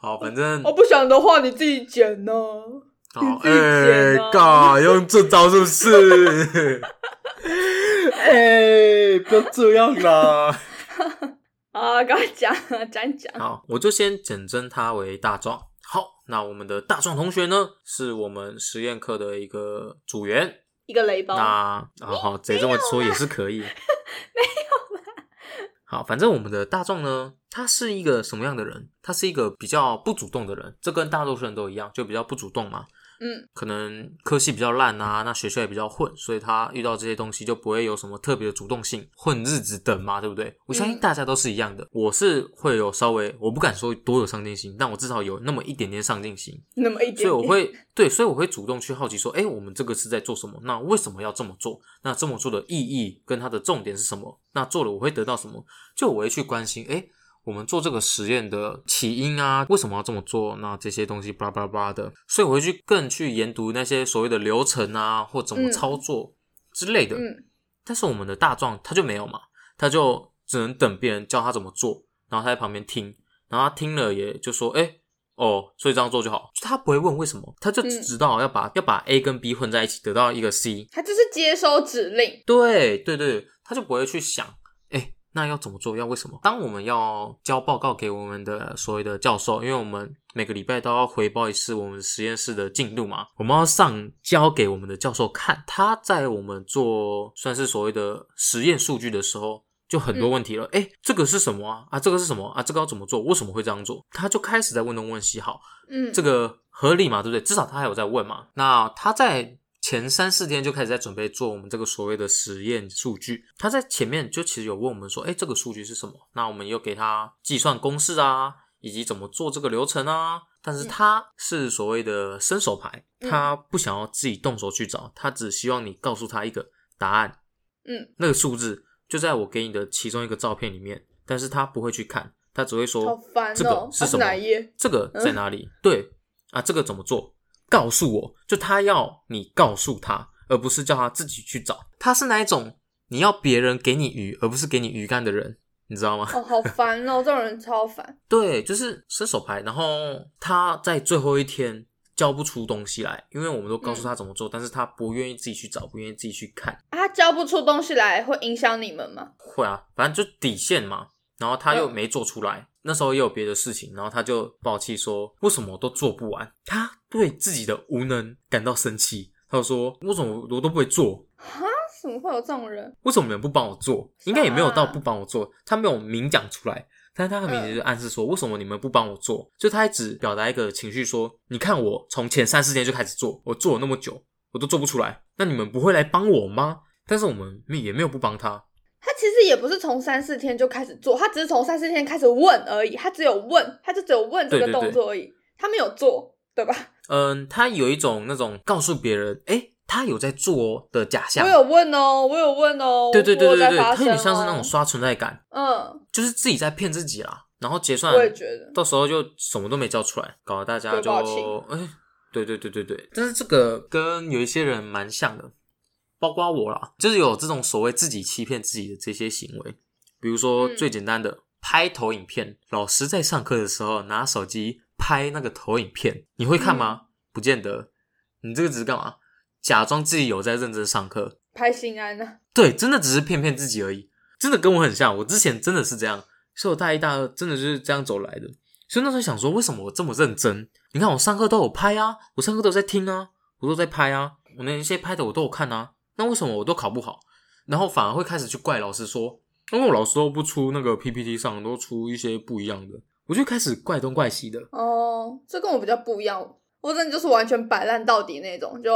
S2: 好，反正
S1: 我不想的话你自己剪呢、
S2: 好，
S1: 自己剪啊
S2: 哦尬，用这招是不是？ 哎、不要这样啦。
S1: 啊，赶快讲啊，讲讲。
S2: 好，我就先简称他为大壮。好，那我们的大壮同学呢，是我们实验课的一个组员。
S1: 一个雷包。
S2: 那啊好，谁这么说也是可以。 没有啦。好，反正我们的大众呢，他是一个什么样的人？他是一个比较不主动的人，这跟大多数人都一样，就比较不主动嘛。
S1: 嗯，
S2: 可能科系比较烂啊，那学校也比较混，所以他遇到这些东西就不会有什么特别的主动性，混日子等嘛，对不对？我相信大家都是一样的。我是会有稍微，我不敢说多有上进心，但我至少有那么一点点上进心。
S1: 那么一点
S2: 所以
S1: 点。
S2: 我会对，所以我会主动去好奇说，哎，我们这个是在做什么？那为什么要这么做？那这么做的意义跟它的重点是什么？那做了我会得到什么？就我会去关心，哎，我们做这个实验的起因啊，为什么要这么做？那这些东西巴拉巴拉巴拉的，所以我会去更去研读那些所谓的流程啊，或怎么
S1: 嗯
S2: 操作之类的。
S1: 嗯
S2: 但是我们的大壮他就没有嘛，他就只能等别人教他怎么做，然后他在旁边听，然后他听了也就说，哎、哦，所以这样做就好。就他不会问为什么，他就只
S1: 嗯
S2: 知道要把、要把 A 跟 B 混在一起，得到一个 C。
S1: 他就是接收指令。
S2: 对对对，他就不会去想，哎、那要怎么做，要为什么？当我们要交报告给我们的所谓的教授，因为我们每个礼拜都要回报一次我们实验室的进度嘛，我们要上交给我们的教授看，他在我们做算是所谓的实验数据的时候。就很多问题了，哎、这个是什么啊？啊，这个是什么啊？这个要怎么做？为什么会这样做？他就开始在问东问西。好，
S1: 嗯，
S2: 这个合理嘛，对不对？至少他还有在问嘛。那他在前三四天就开始在准备做我们这个所谓的实验数据。他在前面就其实有问我们说，哎，这个数据是什么？那我们又给他计算公式啊，以及怎么做这个流程啊。但是他是所谓的伸手牌，
S1: 嗯
S2: 他不想要自己动手去找，他只希望你告诉他一个答案。
S1: 嗯，
S2: 那个数字就在我给你的其中一个照片里面，但是他不会去看，他只会说
S1: 好烦
S2: 这
S1: 哦
S2: 个，是
S1: 啊
S2: 什么
S1: 哪一页？
S2: 这个在哪里？对啊，这个怎么做？告诉我，就他要你告诉他，而不是叫他自己去找。他是哪一种你要别人给你鱼，而不是给你鱼竿的人，你知道吗？
S1: 哦，好烦哦，这种人超烦。
S2: 对，就是伸手牌，然后他在最后一天交不出东西来，因为我们都告诉他怎么做，但是他不愿意自己去找，不愿意自己去看，
S1: 啊他交不出东西来，会影响你们吗？
S2: 会啊，反正就底线嘛。然后他又
S1: 嗯
S2: 没做出来，那时候也有别的事情，然后他就抱气说：“为什么我都做不完？”他对自己的无能感到生气，他就说：“为什么我都不会做？
S1: 哈，啊怎么会有这种人？
S2: 为什么你们不帮我做？应该也没有到不帮我做，他没有明讲出来，但是他很明显就暗示说，为什么你们不帮我做？就他一直表达一个情绪说，你看我从前三四天就开始做，我做了那么久，我都做不出来，那你们不会来帮我吗？但是我们也没有不帮他，
S1: 他其实也不是从三四天就开始做，他只是从三四天开始问而已，他只有问，他就只有问这
S2: 对
S1: 个
S2: 对
S1: 动
S2: 对
S1: 作而已，他没有做，对吧？
S2: 嗯，他有一种那种告诉别人，诶、他有在做哦的假象
S1: 我，有问哦，我有问哦，
S2: 对对对
S1: 我
S2: 对
S1: 有在
S2: 对，
S1: 发
S2: 他
S1: 生
S2: 有点像是那种
S1: 哦
S2: 刷存在感，
S1: 嗯，
S2: 就是自己在骗自己啦，然后结算
S1: 我也觉得，
S2: 到时候就什么都没叫出来，搞得大家
S1: 就
S2: 就
S1: 爆
S2: 哎、对对对对对。但是这个跟有一些人蛮像的，包括我啦，就是有这种所谓自己欺骗自己的这些行为，比如说
S1: 嗯
S2: 最简单的、拍投影片，老师在上课的时候拿手机拍那个投影片，你会看吗？不见得，你这个只是干嘛？假装自己有在认真上课，
S1: 拍心安呢、
S2: 对，真的只是骗骗自己而已，真的跟我很像。我之前真的是这样，所以我大一、大二真的就是这样走来的。所以那时候想说，为什么我这么认真？你看我上课都有拍啊，我上课都有在听啊，我都在拍啊，我那些拍的我都有看啊。那为什么我都考不好？然后反而会开始去怪老师说，因为我老师都不出那个 PPT 上，都出一些不一样的，我就开始怪东怪西的。
S1: 哦，这跟我比较不一样，我真的就是完全摆烂到底那种，就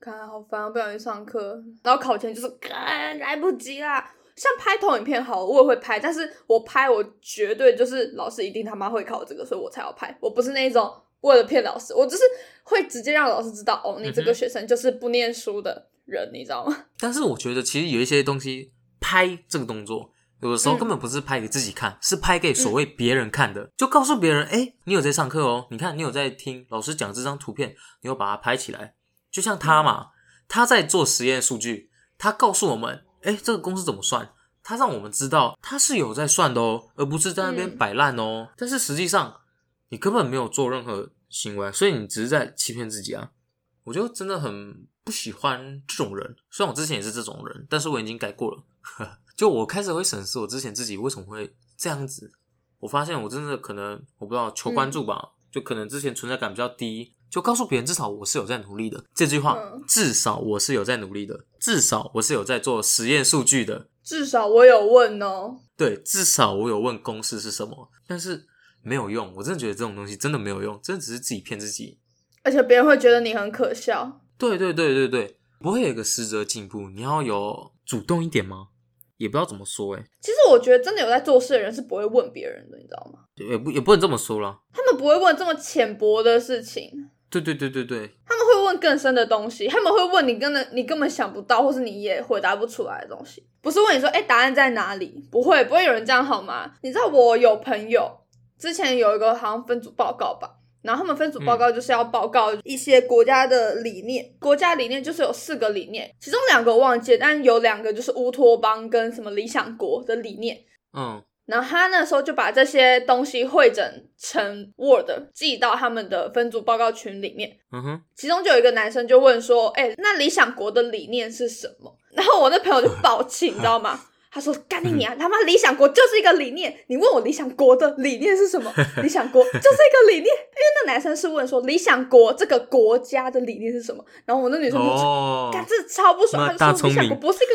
S1: 看好烦，不想去上课，然后考前就是看来不及啦。像拍投影片好，我也会拍，但是我拍我绝对就是老师一定他妈会考这个，所以我才要拍。我不是那种为了骗老师，我就是会直接让老师知道，哦，你这
S2: 嗯
S1: 个
S2: 哼
S1: 学生就是不念书的人，你知道吗？
S2: 但是我觉得其实有一些东西拍这个动作，有的时候
S1: 嗯
S2: 根本不是拍给自己看，是拍给所谓别人看的，就告诉别人，哎、你有在上课哦，你看你有在听老师讲这张图片，你要把它拍起来，就像他
S1: 嗯
S2: 嘛，他在做实验数据，他告诉我们，哎、这个公式怎么算。他让我们知道他是有在算的哦，而不是在那边
S1: 嗯
S2: 摆烂哦。但是实际上，你根本没有做任何行为，啊所以你只是在欺骗自己啊。我就真的很不喜欢这种人。虽然我之前也是这种人，但是我已经改过了。 就我开始会审视我之前自己为什么会这样子。我发现我真的可能我不知道求关注吧，就可能之前存在感比较低，就告诉别人至少我是有在努力的这句话，
S1: 嗯
S2: 至少我是有在努力的，至少我是有在做实验数据的，
S1: 至少我有问哦，
S2: 对，至少我有问公式是什么，但是没有用。我真的觉得这种东西真的没有用，真的只是自己骗自己。
S1: 而且别人会觉得你很可笑。
S2: 对对对对对，不会有一个实质的进步，你要有主动一点吗？也不知道怎么说、欸，
S1: 其实我觉得真的有在做事的人是不会问别人的，你知道吗？
S2: 也不也不能这么说啦。
S1: 他们不会问这么浅薄的事情，
S2: 对对对对对，
S1: 他们会问更深的东西，他们会问你根本你根本想不到，或是你也回答不出来的东西。不是问你说，哎、答案在哪里？不会，不会有人这样好吗？你知道我有朋友之前有一个好像分组报告吧，然后他们分组报告就是要报告一些国家的理念，国家理念就是有四个理念，其中两个我忘记了，但有两个就是乌托邦跟什么理想国的理念。
S2: 嗯
S1: 然后他那时候就把这些东西汇整成 Word，寄到他们的分组报告群里面。
S2: 嗯哼，
S1: 其中就有一个男生就问说：“哎、那理想国的理念是什么？”然后我那朋友就爆气，你知道吗？他说：“干你娘！他妈理想国就是一个理念，你问我理想国的理念是什么？理想国就是一个理念。”因为那男生是问说理想国这个国家的理念是什么，然后我那女生就
S2: 哦，
S1: 感这超不爽。他
S2: 那
S1: 就
S2: 大
S1: 说
S2: 聪
S1: 理想
S2: 明
S1: 国不 是一个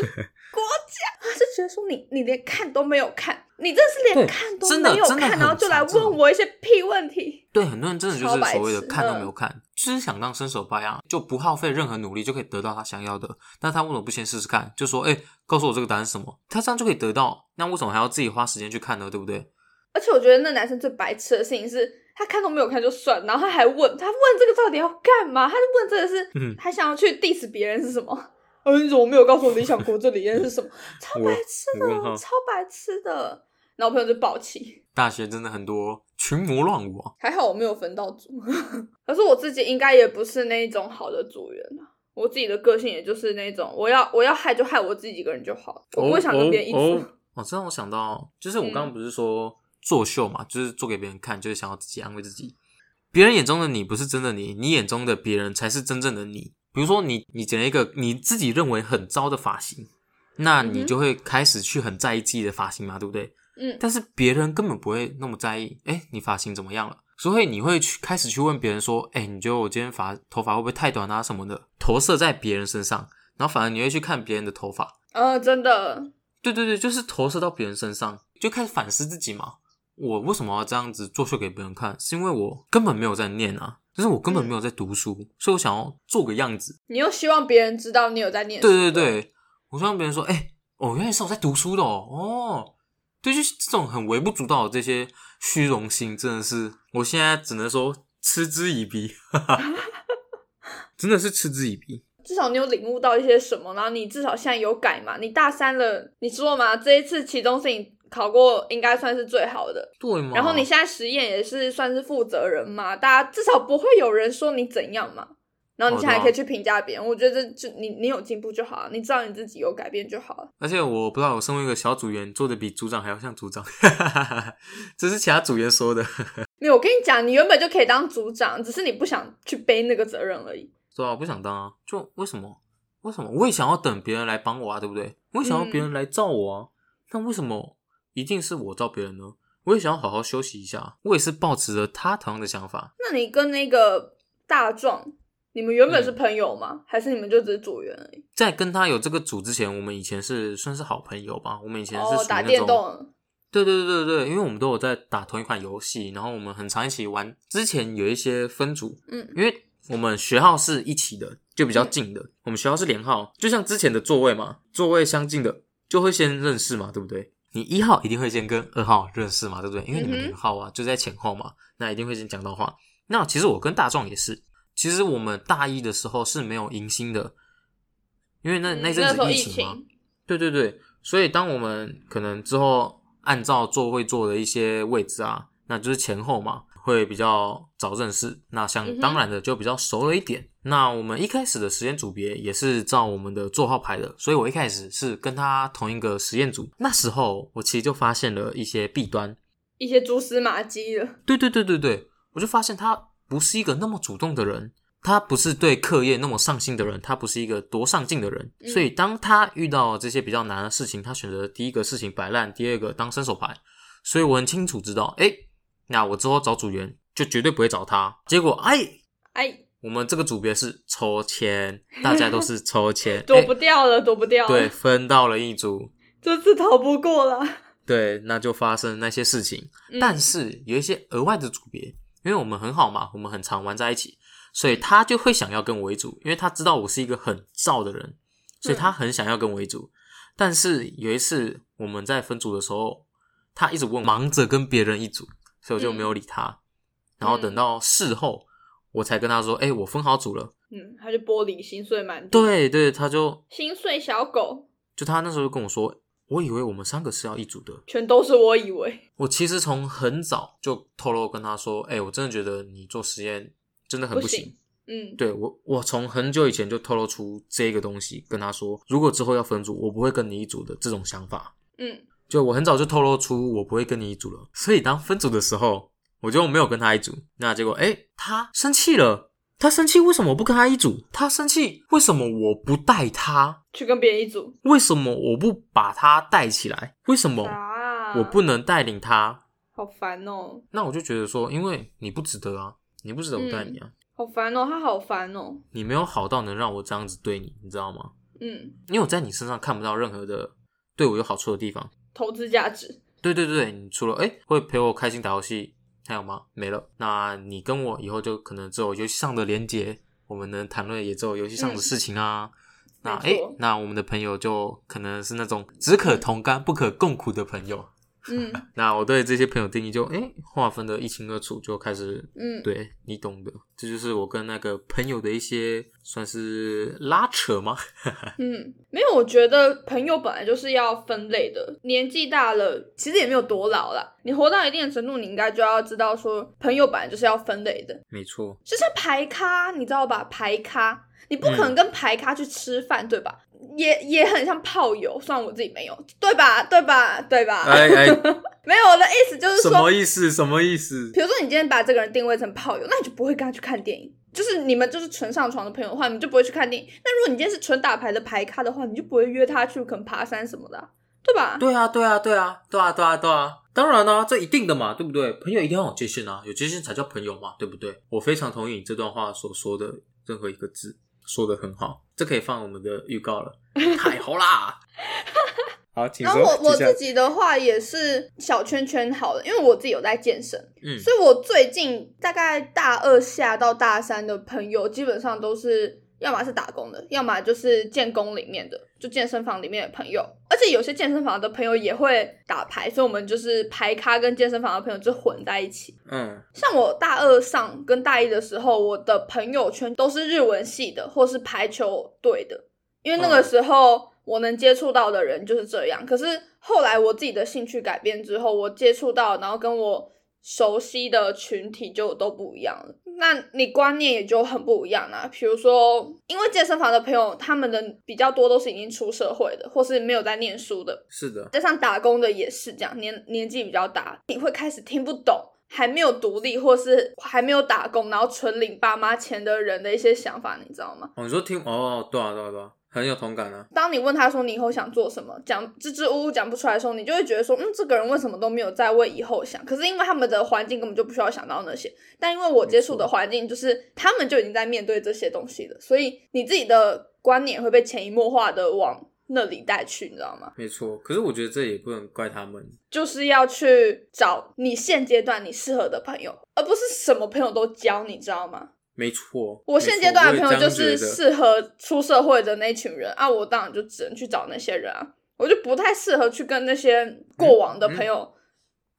S1: 国家，他就觉得说你你连看都没有看，你真是连
S2: 对
S1: 看都
S2: 真的
S1: 没有
S2: 真的
S1: 看，
S2: 很
S1: 然后就来
S2: 常这
S1: 问
S2: 种
S1: 我一些屁问题。
S2: 对，很多人真的就
S1: 超
S2: 是
S1: 白
S2: 所谓的
S1: 痴
S2: 看都
S1: 嗯
S2: 没有看，就是想当伸手牌啊，就不耗费任何努力就可以得到他想要的。那他为什么不先试试看？就说，哎、告诉我这个答案是什么？他这样就可以得到，那为什么还要自己花时间去看呢？对不对？
S1: 而且我觉得那男生最白痴的事情是。他看都没有看就算，然后他还问，他问这个到底要干嘛？他就问这个是，
S2: 嗯
S1: 他想要去 diss 别人是什么？ 呃，你怎么没有告诉我理想国这理念是什么？超白
S2: 我
S1: 痴
S2: 我问号
S1: 的，超白痴的。然后我朋友就爆气，
S2: 大学真的很多群魔乱舞啊。
S1: 还好我没有分到组，可是我自己应该也不是那一种好的组员啊。我自己的个性也就是那种，我要我要害就害我自己一个人就好，我不会想跟别人一起。嗯
S2: 哦，哦这让我想到，就是我刚刚不是说作秀嘛，就是做给别人看，就是想要自己安慰自己。别人眼中的你不是真的你，你眼中的别人才是真正的你。比如说你，你剪了一个你自己认为很糟的发型，那
S1: 嗯
S2: 你
S1: 哼
S2: 就会开始去很在意自己的发型嘛，对不对？
S1: 嗯
S2: 但是别人根本不会那么在意，哎、你发型怎么样了？所以你会去开始去问别人说，哎、你觉得我今天发头发会不会太短啊什么的，投射在别人身上，然后反而你会去看别人的头发，
S1: 呃，真的，
S2: 对对对，就是投射到别人身上，就开始反思自己嘛。我为什么要这样子作秀给别人看？是因为我根本没有在念啊，就是我根本没
S1: 嗯
S2: 有在读书，所以我想要做个样子。
S1: 你又希望别人知道你有在念书。
S2: 对对，对，我希望别人说，哎、哦，原来是我在读书的哦，哦，对，就是这种很微不足道的这些虚荣心，真的是，我现在只能说嗤之以鼻， 哈哈，真的是嗤之以鼻。
S1: 至少你有领悟到一些什么，然后你至少现在有改嘛。你大三了，你说了嘛，这一次期中是你考过应该算是最好的，
S2: 对吗？
S1: 然后你现在实验也是算是负责人嘛，大家至少不会有人说你怎样嘛。然后你现在还可以去评价别人，我觉得这就你你有进步就好了，你知道你自己有改变就好了。
S2: 而且我不知道，我身为一个小组员，做的比组长还要像组长，这是其他组员说的。
S1: 没有，我跟你讲，你原本就可以当组长，只是你不想去背那个责任而已。
S2: 对啊，我不想当啊，就为什么？为什么？我也想要等别人来帮我啊，对不对？我也想要别
S1: 嗯
S2: 人来照我啊，那为什么一定是我照别人呢？我也想要好好休息一下，啊我也是抱持着他同样的想法。
S1: 那你跟那个大壮，你们原本
S2: 嗯
S1: 是朋友吗？还是你们就只是组员而已？
S2: 在跟他有这个组之前，我们以前是算是好朋友吧，我们以前是属
S1: 哦，
S2: 于
S1: 打
S2: 那
S1: 电
S2: 种，
S1: 动，
S2: 对对对对对，因为我们都有在打同一款游戏，然后我们很常一起玩。之前有一些分组，
S1: 嗯
S2: 因为我们学号是一起的，就比较近的。我们学号是连号，就像之前的座位嘛，座位相近的就会先认识嘛，对不对？你一号一定会先跟二号认识嘛，对不对？因为你
S1: 嗯
S2: 们
S1: 哼
S2: 连号啊，就在前后嘛，那一定会先讲到话。那其实我跟大壮也是，其实我们大一的时候是没有迎新的，因为那
S1: 嗯
S2: 那
S1: 那
S2: 阵
S1: 时候
S2: 子
S1: 疫
S2: 情嘛，
S1: 情，
S2: 对对对，所以当我们可能之后按照座位坐的一些位置啊，那就是前后嘛，会比较早认识。那
S1: 嗯
S2: 像
S1: 哼
S2: 当然的就比较熟了一点。那我们一开始的实验组别也是照我们的座号排的，所以我一开始是跟他同一个实验组。那时候我其实就发现了一些弊端，
S1: 一些蛛丝马迹了。
S2: 对对对对对，我就发现他不是一个那么主动的人，他不是对课业那么上心的人，他不是一个多上进的人。
S1: 嗯
S2: 所以当他遇到这些比较难的事情，他选择第一个事情摆烂，第二个当伸手牌。所以我很清楚知道，哎，那我之后找组员就绝对不会找他。结果，哎，
S1: 哎，
S2: 我们这个组别是抽签，大家都是 抽签，
S1: 躲
S2: 诶
S1: 不掉了，躲不掉了。
S2: 对，，分到了一组，
S1: 这次逃不过了。
S2: 对，那就发生那些事情。
S1: 嗯
S2: 但是有一些额外的组别，因为我们很好嘛，我们很常玩在一起，所以他就会想要跟我一组，因为他知道我是一个很燥的人，所以他很想要跟我一组。但是有一次我们在分组的时候，他一直问我，忙着跟别人一组，所以我就没有理他。然后等到事后，我才跟他说：“哎、我分好组了。
S1: 嗯，他就玻璃心碎满”地，
S2: 对对，他就
S1: 心碎小狗，
S2: 就他那时候就跟我说：“我以为我们三个是要一组的。”
S1: 全都是我以为。
S2: 我其实从很早就透露跟他说，哎、我真的觉得你做实验真的很不行。
S1: 不行嗯，
S2: 对我，我从很久以前就透露出这个东西，跟他说，如果之后要分组，我不会跟你一组的这种想法。
S1: 嗯，
S2: 就我很早就透露出我不会跟你一组了，所以当分组的时候，我就没有跟他一组。那结果，哎、他生气了，他生气为什么我不跟他一组？他生气为什么我不带他？
S1: 去跟别人一组
S2: 为什么我不把他带起来？为什么
S1: 啊，
S2: 我不，能带领他？
S1: 好烦哦，
S2: 那我就觉得说，因为你不值得啊，你不值得我带你啊，
S1: 好烦哦，他好烦哦。
S2: 你没有好到能让我这样子对你，你知道吗？
S1: 嗯，
S2: 因为我在你身上看不到任何的对我有好处的地方。
S1: 投资价值，
S2: 对对对，你除了哎、诶会陪我开心打游戏，还有吗？没了。那你跟我以后就可能只有游戏上的连结，我们能谈论也只有游戏上的事情啊。那哎、
S1: 嗯没错
S2: 诶那我们的朋友就可能是那种只可同甘不可共苦的朋友。
S1: 嗯
S2: 那我对这些朋友定义就哎划、分的一清二楚，就开始
S1: 嗯，
S2: 对你懂的，这就是我跟那个朋友的一些算是拉扯吗？
S1: 嗯，没有，我觉得朋友本来就是要分类的。年纪大了，其实也没有多老啦，你活到一定的程度，你应该就要知道说，朋友本来就是要分类的。
S2: 没错，
S1: 就像排咖，你知道吧？排咖，你不可
S2: 嗯
S1: 能跟排咖去吃饭，对吧？也也很像炮友，虽然我自己没有，对吧？对吧？对吧？
S2: 哎哎，
S1: 没有，我的意思就是
S2: 什
S1: 说
S2: 么，意思？什么意思
S1: 比？如说你今天把这个人定位成炮友，那你就不会跟他去看电影。就是你们就是纯上床的朋友的话，你就不会去看电影。那如果你今天是纯打牌的牌咖的话，你就不会约他去可能爬山什么的啊、对吧？
S2: 对啊，对啊，对啊，对啊，对啊，对啊。当然啦、这一定的嘛，对不对？朋友一定要有界限啊，有界限才叫朋友嘛，对不对？我非常同意你这段话所说的任何一个字，说的很好，这可以放我们的预 告了，太好啦！好，请
S1: 然
S2: 说
S1: 后我我
S2: 接下来
S1: 自己的话也是小圈圈好了，因为我自己有在健身，
S2: 嗯
S1: 所以我最近大概大二下到大三的朋友，基本上都是要么是打工的，要么就是建工里面的，就健身房里面的朋友。而且有些健身房的朋友也会打牌，所以我们就是牌咖跟健身房的朋友就混在一起。
S2: 嗯
S1: 像我大二上跟大一的时候，我的朋友圈都是日文系的或是排球队的，因为那个
S2: 嗯
S1: 时候我能接触到的人就是这样。可是后来我自己的兴趣改变之后，我接触到然后跟我熟悉的群体就都不一样了，那你观念也就很不一样啦、比如说，因为健身房的朋友，他们的比较多都是已经出社会的，或是没有在念书的，
S2: 是的，
S1: 加上打工的也是这样，年年纪比较大，你会开始听不懂还没有独立或是还没有打工，然后纯领爸妈钱的人的一些想法，你知道吗？
S2: 哦，你说听哦，对啊，对啊，对啊，很有同感啊。
S1: 当你问他说你以后想做什么，讲支支吾吾讲不出来的时候，你就会觉得说，嗯，这个人为什么都没有在为以后想？可是因为他们的环境根本就不需要想到那些，但因为我接触的环境就是他们就已经在面对这些东西了，所以你自己的观念会被潜移默化的往那里带去，你知道吗？
S2: 没错，可是我觉得这也不能怪他们，
S1: 就是要去找你现阶段你适合的朋友，而不是什么朋友都交，你知道吗？
S2: 没错。
S1: 我现阶段的
S2: 没错
S1: 朋友就
S2: 我
S1: 是
S2: 也这样觉得
S1: 适合出社会的那一群人啊，我当然就只能去找那些人啊，我就不太适合去跟那些
S2: 嗯
S1: 过往的朋友。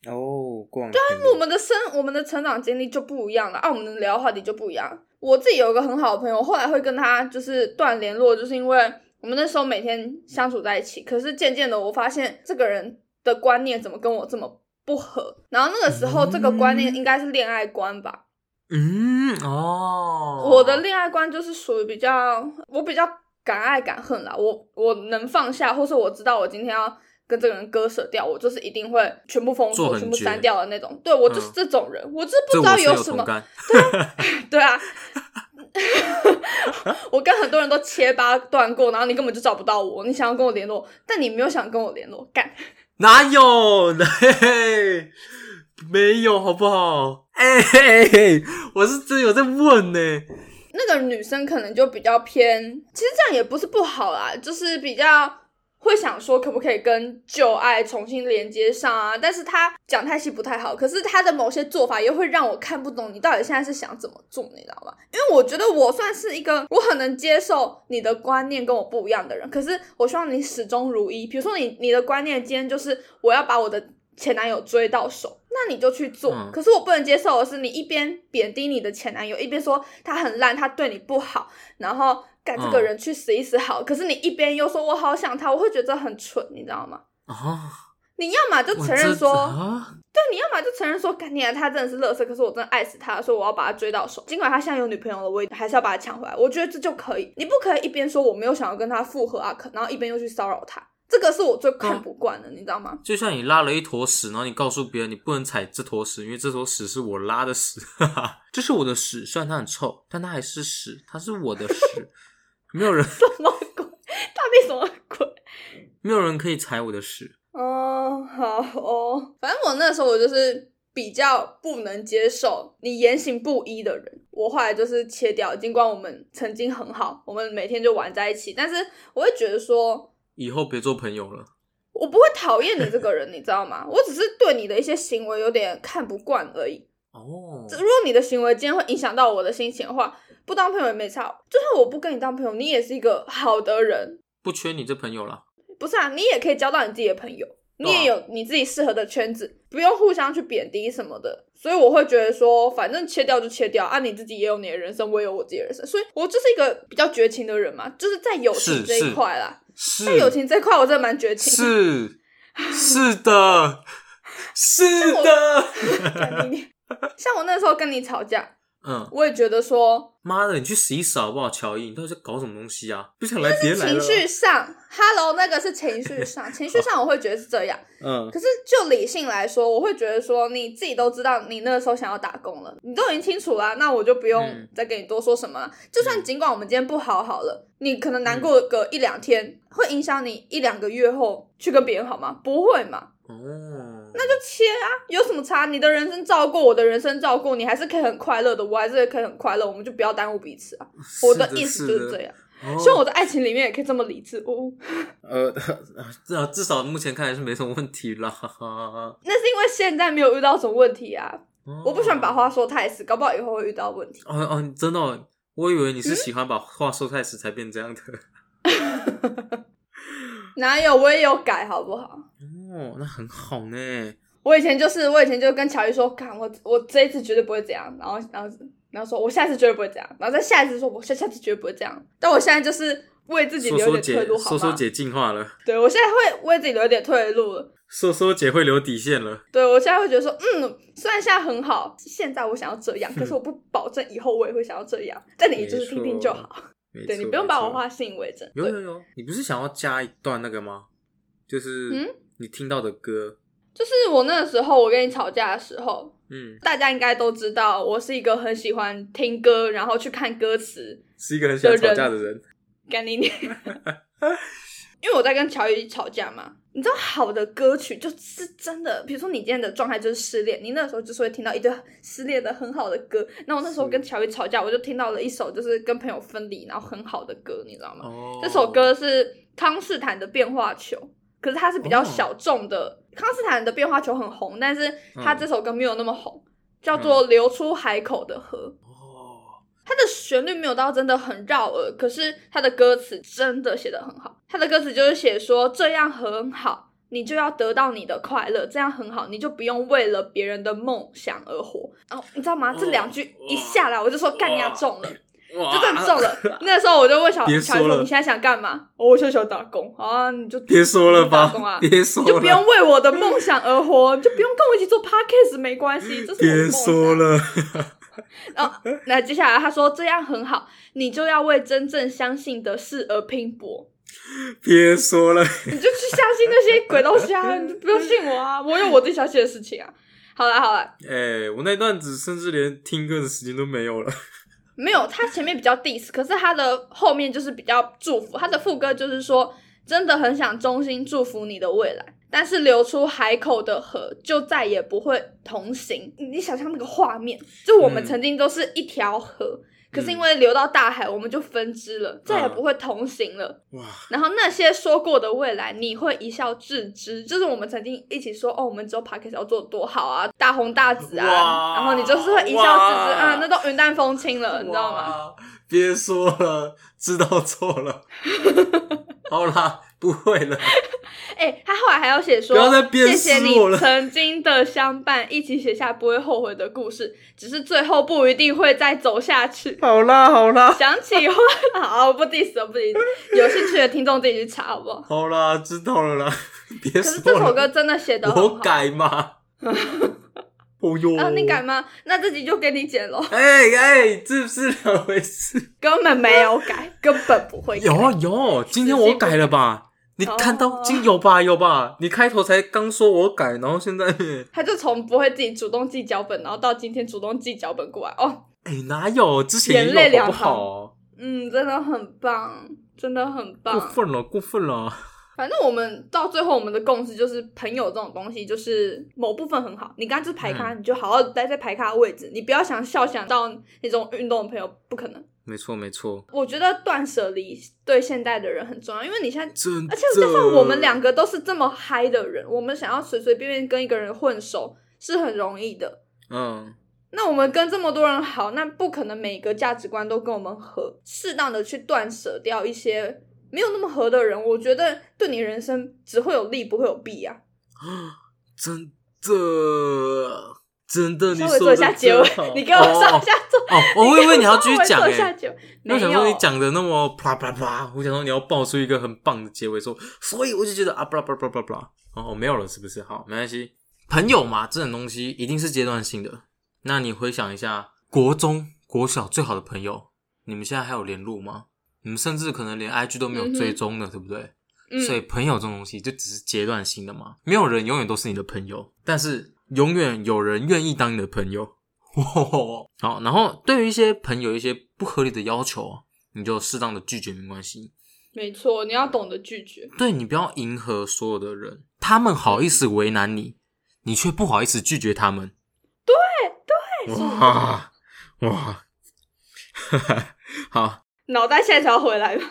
S2: 哦，逛对啊
S1: 我们的生我们的成长经历就不一样了啊，我们能聊的话题就不一样。我自己有一个很好的朋友，后来会跟他就是断联络，就是因为我们那时候每天相处在一起，可是渐渐的我发现这个人的观念怎么跟我这么不合，然后那个时候这个观念应该是恋爱观吧，
S2: 嗯哦，
S1: 我的恋爱观就是属于比较，我比较敢爱敢恨啦。我我能放下，或是我知道我今天要跟这个人割舍掉，我就是一定会全部封
S2: 做
S1: 锁、
S2: 很
S1: 全部
S2: 绝
S1: 删掉的那种。对我就是
S2: 嗯
S1: 这种人，我就是
S2: 这
S1: 不
S2: 我
S1: 知道
S2: 深有
S1: 什
S2: 同
S1: 么。
S2: 感，
S1: 对啊， 我跟很多人都切八段过，然后你根本就找不到我，你想要跟我联络，但你没有想跟我联络，干。
S2: 哪有？ 嘿嘿，没有，好不好？哎、嘿嘿我是真有在问呢、
S1: 那个女生可能就比较偏，其实这样也不是不好啦，就是比较会想说可不可以跟旧爱重新连接上啊。但是她讲太细不太好，可是她的某些做法又会让我看不懂你到底现在是想怎么做，你知道吗？因为我觉得我算是一个我很能接受你的观念跟我不一样的人，可是我希望你始终如一。比如说你你的观念今天就是我要把我的前男友追到手，那你就去做。
S2: 嗯
S1: 可是我不能接受的是，你一边贬低你的前男友，一边说他很烂，他对你不好，然后赶这个
S2: 嗯
S1: 人去死一死好。可是你一边又说我好想他，我会觉得很蠢，你知道吗？
S2: 啊，
S1: 你要么就
S2: 我
S1: 承认
S2: 这
S1: 说，
S2: 啊，
S1: 对，你要么就承认说，干你啊，他真的是垃圾，可是我真的爱死他，所以我要把他追到手。尽管他现在有女朋友了，我也还是要把他抢回来。我觉得这就可以，你不可以一边说我没有想要跟他复合啊，可然后一边又去骚扰他，这个是我最
S2: 啊
S1: 看不惯的，你知道吗？
S2: 就像你拉了一坨屎，然后你告诉别人你不能踩这坨屎，因为这坨屎是我拉的屎，哈哈，这是我的屎，虽然它很臭，但它还是屎，它是我的屎， 没有人
S1: 什么鬼？到底什么鬼？
S2: 没有人可以踩我的屎，
S1: 哦，好哦，反正我那时候我就是比较不能接受你言行不一的人，我后来就是切掉。尽管我们曾经很好，我们每天就玩在一起，但是我会觉得说，
S2: 以后别做朋友了。
S1: 我不会讨厌你这个人，你知道吗？我只是对你的一些行为有点看不惯而已。
S2: 哦，
S1: 如果你的行为今天会影响到我的心情的话，不当朋友也没差。就算我不跟你当朋友，你也是一个好的人，
S2: 不缺你这朋友了。
S1: 不是啊？你也可以交到你自己的朋友，
S2: 啊
S1: 你也有你自己适合的圈子，不用互相去贬低什么的。所以我会觉得说，反正切掉就切掉啊，你自己也有你的人生，我也有我自己的人生，所以我就是一个比较绝情的人嘛，就是在友情
S2: 是
S1: 这一
S2: 是
S1: 块啦，
S2: 是
S1: 在友情这一块我真的蛮绝情的。
S2: 是是 的，是的，
S1: 干你娘像我那时候跟你吵架，
S2: 嗯，
S1: 我也觉得说
S2: 妈的，你去死一死好不好，乔伊？你到底在搞什么东西啊？不想来别来
S1: 情
S2: 了。
S1: 绪上，Hello，那个是情绪 上，情绪上我会觉得是这样。
S2: 嗯，
S1: 可是就理性来说，我会觉得说你自己都知道你那个时候想要打工了，你都已经清楚啦、那我就不用
S2: 嗯
S1: 再跟你多说什么了。啊就算尽管我们今天不好好了，你可能
S2: 嗯
S1: 难过个一两天，会影响你一两个月后去跟别人好吗？不会嘛，
S2: 哦，
S1: 那就切啊，有什么差？你的人生照过，我的人生照过，你还是可以很快乐的，我还是可以很快乐，我们就不要耽误彼此啊。我
S2: 的
S1: 意思就是这
S2: 样。
S1: 样，
S2: 哦
S1: 希望我在爱情里面也可以这么理智哦。
S2: 呃， 至至少目前看来是没什么问题啦。 哦哈哈。
S1: 那是因为现在没有遇到什么问题啊，我不喜欢把
S2: 哦
S1: 话说太死，搞不好以后会遇到问题。啊
S2: 哦哦，真的、哦，我以为
S1: 嗯
S2: 你是喜欢把话说太死才变这样的。
S1: 哪有？我也有改，好不好？
S2: 哦，那很好呢。
S1: 我以前就是，我以前就跟乔伊说，看我我这一次绝对不会这样，然后然后然后说我下次绝对不会这样，然后再下一次说我下下次绝对不会这样。但我现在就是为自己
S2: 说
S1: 留
S2: 说
S1: 一点退
S2: 姐
S1: 路，，好
S2: 说
S1: 吗？
S2: 说姐进化了，
S1: 对我现在会为自己留一点退路了。
S2: 说说姐会留底线了。
S1: 对我现在会觉得说，嗯，虽然现在很好，现在我想要这 样，可是我不保证以后我也会想要这样。但你就是听听就好，
S2: 没
S1: 对你
S2: 错
S1: 不用把我。
S2: 没错
S1: 话信以为真。
S2: 有
S1: 对，
S2: 有有，你不是想要加一段那个吗？就是
S1: 嗯
S2: 你听到的歌，
S1: 就是我那个时候我跟你吵架的时候，
S2: 嗯，
S1: 大家应该都知道，我是一个很喜欢听歌，然后去看歌词，
S2: 是一个很喜欢
S1: 的
S2: 吵
S1: 人
S2: 架的人。
S1: 干你娘！因为我在跟乔伊吵架嘛，你知道好的歌曲就是真的，比如说你今天的状态就是失恋，你那时候就是会听到一堆失恋的很好的歌。那我那时候
S2: 是
S1: 跟乔伊吵架，我就听到了一首就是跟朋友分离然后很好的歌，你知道吗？
S2: 哦，
S1: 这首歌是康斯坦的变化球，可是它是比较小众的。康斯坦的变化球很红，但是他这首歌没有那么红，叫做《流出海口的河》。
S2: 哦，
S1: 它的旋律没有到真的很绕耳，可是它的歌词真的写得很好。它的歌词就是写说这样很好，你就要得到你的快乐，这样很好，你就不用为了别人的梦想而活。然后你知道吗？
S2: 哦
S1: 这两句
S2: 哇
S1: 一下来，我就说干你要中了。
S2: 哇，
S1: 就真的 中了。那时候我就问小
S2: 别
S1: 乔
S2: 说
S1: 说：“
S2: 了
S1: 你现在想干嘛？”哦，我就想打工啊，你就
S2: 别说了
S1: 打
S2: 吧
S1: 工啊，
S2: 别说
S1: 你
S2: 了，
S1: 就不用为我的梦想而活， 你就不用跟我一起做 podcast，没关系，这是我的
S2: 别
S1: 梦想。
S2: 说了，
S1: 然后，那接下来他说：“这样很好，你就要为真正相信的事而拼搏，
S2: 别说了。
S1: 你就去相信那些鬼东西啊，你就不用信我啊，我有我自己相信的事情啊。”好啦好啦，
S2: 哎、我那段子甚至连听歌的时间都没有了。
S1: 没有，他前面比较 diss，可是他的后面就是比较祝福，他的副歌就是说，真的很想衷心祝福你的未来，但是流出海口的河就再也不会同行。你你想象那个画面，就我们
S2: 嗯
S1: 曾经都是一条河，可是因为流到大海，我们就分支了，再也不会同行了。
S2: 哇，
S1: 然后那些说过的未来，你会一笑置之。就是我们曾经一起说，哦，我们之后 podcast 要做得多好啊，大红大紫啊。
S2: 哇
S1: 然后你就是会一笑置之，
S2: 哇
S1: 嗯，那都云淡风轻了，你知道吗？
S2: 哇？别说了，知道错了。 好啦，不会了。
S1: 哎、他后来还要写说，
S2: 不要再鞭
S1: 谢谢你
S2: 尸我了
S1: 曾经的相伴，一起写下不会后悔的故事，只是最后不一定会再走下去。
S2: 好啦，好啦，
S1: 想起后，好，我不 diss，我不 diss，有兴趣的听众自己去查好不 好？
S2: 好啦，知道了啦。 别
S1: 可是这
S2: 说
S1: 首
S2: 了，
S1: 歌真的写的很
S2: 我
S1: 好。
S2: 改 嘛。哦哟，
S1: 啊，你改？吗？那这集就给你剪喽。
S2: 哎哎，这是两回事。
S1: 根本没有改，根本不会改。
S2: 有啊有，今天我改了吧？你看到今有吧有吧？你开头才刚说我改，然后现在，
S1: 他就从不会自己主动记脚本，然后到今天主动记脚本过来，哦，
S2: 哎、哪有？之前
S1: 眼泪
S2: 也有
S1: 两
S2: 好不
S1: 行
S2: 好？
S1: 嗯，真的很棒，真的很
S2: 过
S1: 棒。
S2: 分了，过分了。
S1: 反正我们到最后，我们的共识就是，朋友这种东西，就是某部分很好。你刚刚就是排咖，你就好好待在排咖的位置，你不要想笑想到那种运动的朋友，不可能。
S2: 没错，没错，
S1: 我觉得断舍离对现代的人很重要，因为你现在
S2: 真的。
S1: 而且加上我们两个都是这么嗨的人，我们想要随随便便跟一个人混熟是很容易的。
S2: 嗯，
S1: 那我们跟这么多人好，那不可能每个价值观都跟我们合，适当的去断舍掉一些没有那么合的人，我觉得对你人生只会有利不会有弊啊。
S2: 真的，真的，你
S1: 稍
S2: 说
S1: 微做
S2: 的
S1: 一下结尾
S2: 真好，
S1: 你给我上
S2: 哦
S1: 下做。
S2: 哦，哦 我以为你要继续讲
S1: 稍微做一下
S2: 哎，
S1: 结尾
S2: 因为我
S1: 没
S2: 想说
S1: 有
S2: 你讲的那么啪啪啪，我想说你要爆出一个很棒的结尾说，所以我就觉得啊啪啪啪啪啪，哦，没有了，是不是？好，没关系。朋友嘛，这种东西一定是阶段性的。那你回想一下，国中、国小最好的朋友，你们现在还有联络吗？你们甚至可能连 IG 都没有追踪的，对不对？
S1: 嗯，
S2: 所以朋友这种东西就只是阶段性的嘛，没有人永远都是你的朋友，但是永远有人愿意当你的朋友。 好，然后对于一些朋友一些不合理的要求啊，你就适当的拒绝没关系。
S1: 没错，你要懂得拒绝。
S2: 对你不要迎合所有的人，他们好意思为难你，你却不好意思拒绝他们。
S1: 对对，
S2: 哇哇，好，
S1: 脑袋现在才要回来吧？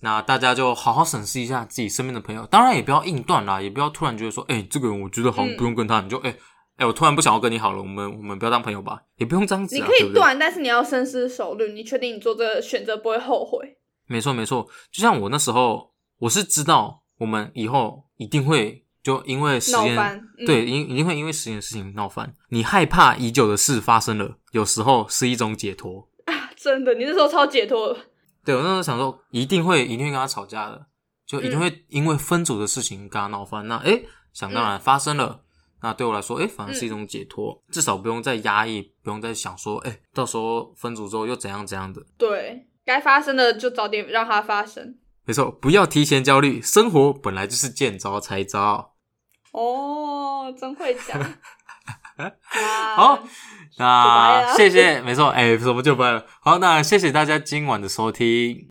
S2: 那大家就好好审视一下自己身边的朋友，当然也不要硬断啦，也不要突然觉得说，哎、这个人我觉得好像
S1: 嗯
S2: 不用跟他，你就哎哎、我突然不想要跟你好了，我们我们不要当朋友吧，也不用这样子
S1: 你
S2: 啊，
S1: 可
S2: 对
S1: 以
S2: 不对？
S1: 断，但是你要深思熟虑，你确定你做这个选择不会后悔。
S2: 没错没错，就像我那时候，我是知道我们以后一定会就因为实
S1: 闹
S2: 验
S1: 翻，嗯
S2: 对，一一定会因为实验的事情闹翻。你害怕已久的事发生了，有时候是一种解脱。
S1: 啊，真的，你那时候超解脱了。
S2: 对我那时候想说，一定会一定会跟他吵架的，就一定
S1: 嗯
S2: 会因为分组的事情跟他闹翻。那诶，想当
S1: 嗯
S2: 然发生了。那对我来说，诶，反而是一种解脱，至少不用再压抑，不用再想说，诶，到时候分组之后又怎样怎样的。
S1: 对，该发生的就早点让它发生。
S2: 没错，不要提前焦虑，生活本来就是见招拆招。
S1: 哦，真会 讲。啊
S2: 好，
S1: 拜
S2: 那
S1: 了
S2: 谢谢，没错，哎、什么就拜了。好，那谢谢大家今晚的收听。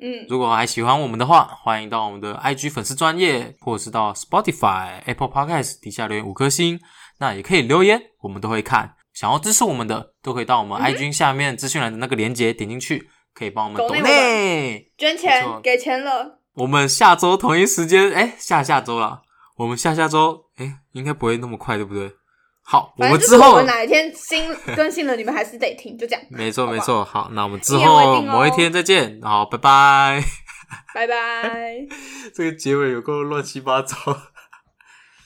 S1: 嗯，
S2: 如果还喜欢我们的话，欢迎到我们的 IG 粉丝专业，或者是到 Spotify、Apple Podcast 底下留言五颗星。那也可以留言，我们都会看。想要支持我们的，都可以到我们
S1: 嗯哼
S2: IG 下面资讯栏的那个链接点进去，可以帮我们
S1: 抖
S2: 抖
S1: 内
S2: 内。
S1: 捐
S2: 没错
S1: 钱给钱了，
S2: 我们下周同一时间，哎、下下周啦。我们下下周，哎、应该不会那么快，对不对？好，我
S1: 反正
S2: 们
S1: 就
S2: 之
S1: 是
S2: 后
S1: 我们哪一天 新更新了，你们还是得听，就这样，
S2: 没错，
S1: 好不
S2: 没
S1: 好
S2: 错。好，那我们之
S1: 一言为
S2: 后
S1: 定哦
S2: 某一天再见。好，拜拜。
S1: 拜拜。
S2: 这个结尾有够乱七八糟。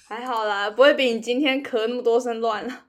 S1: 还好啦，不会比你今天咳那么多声乱了。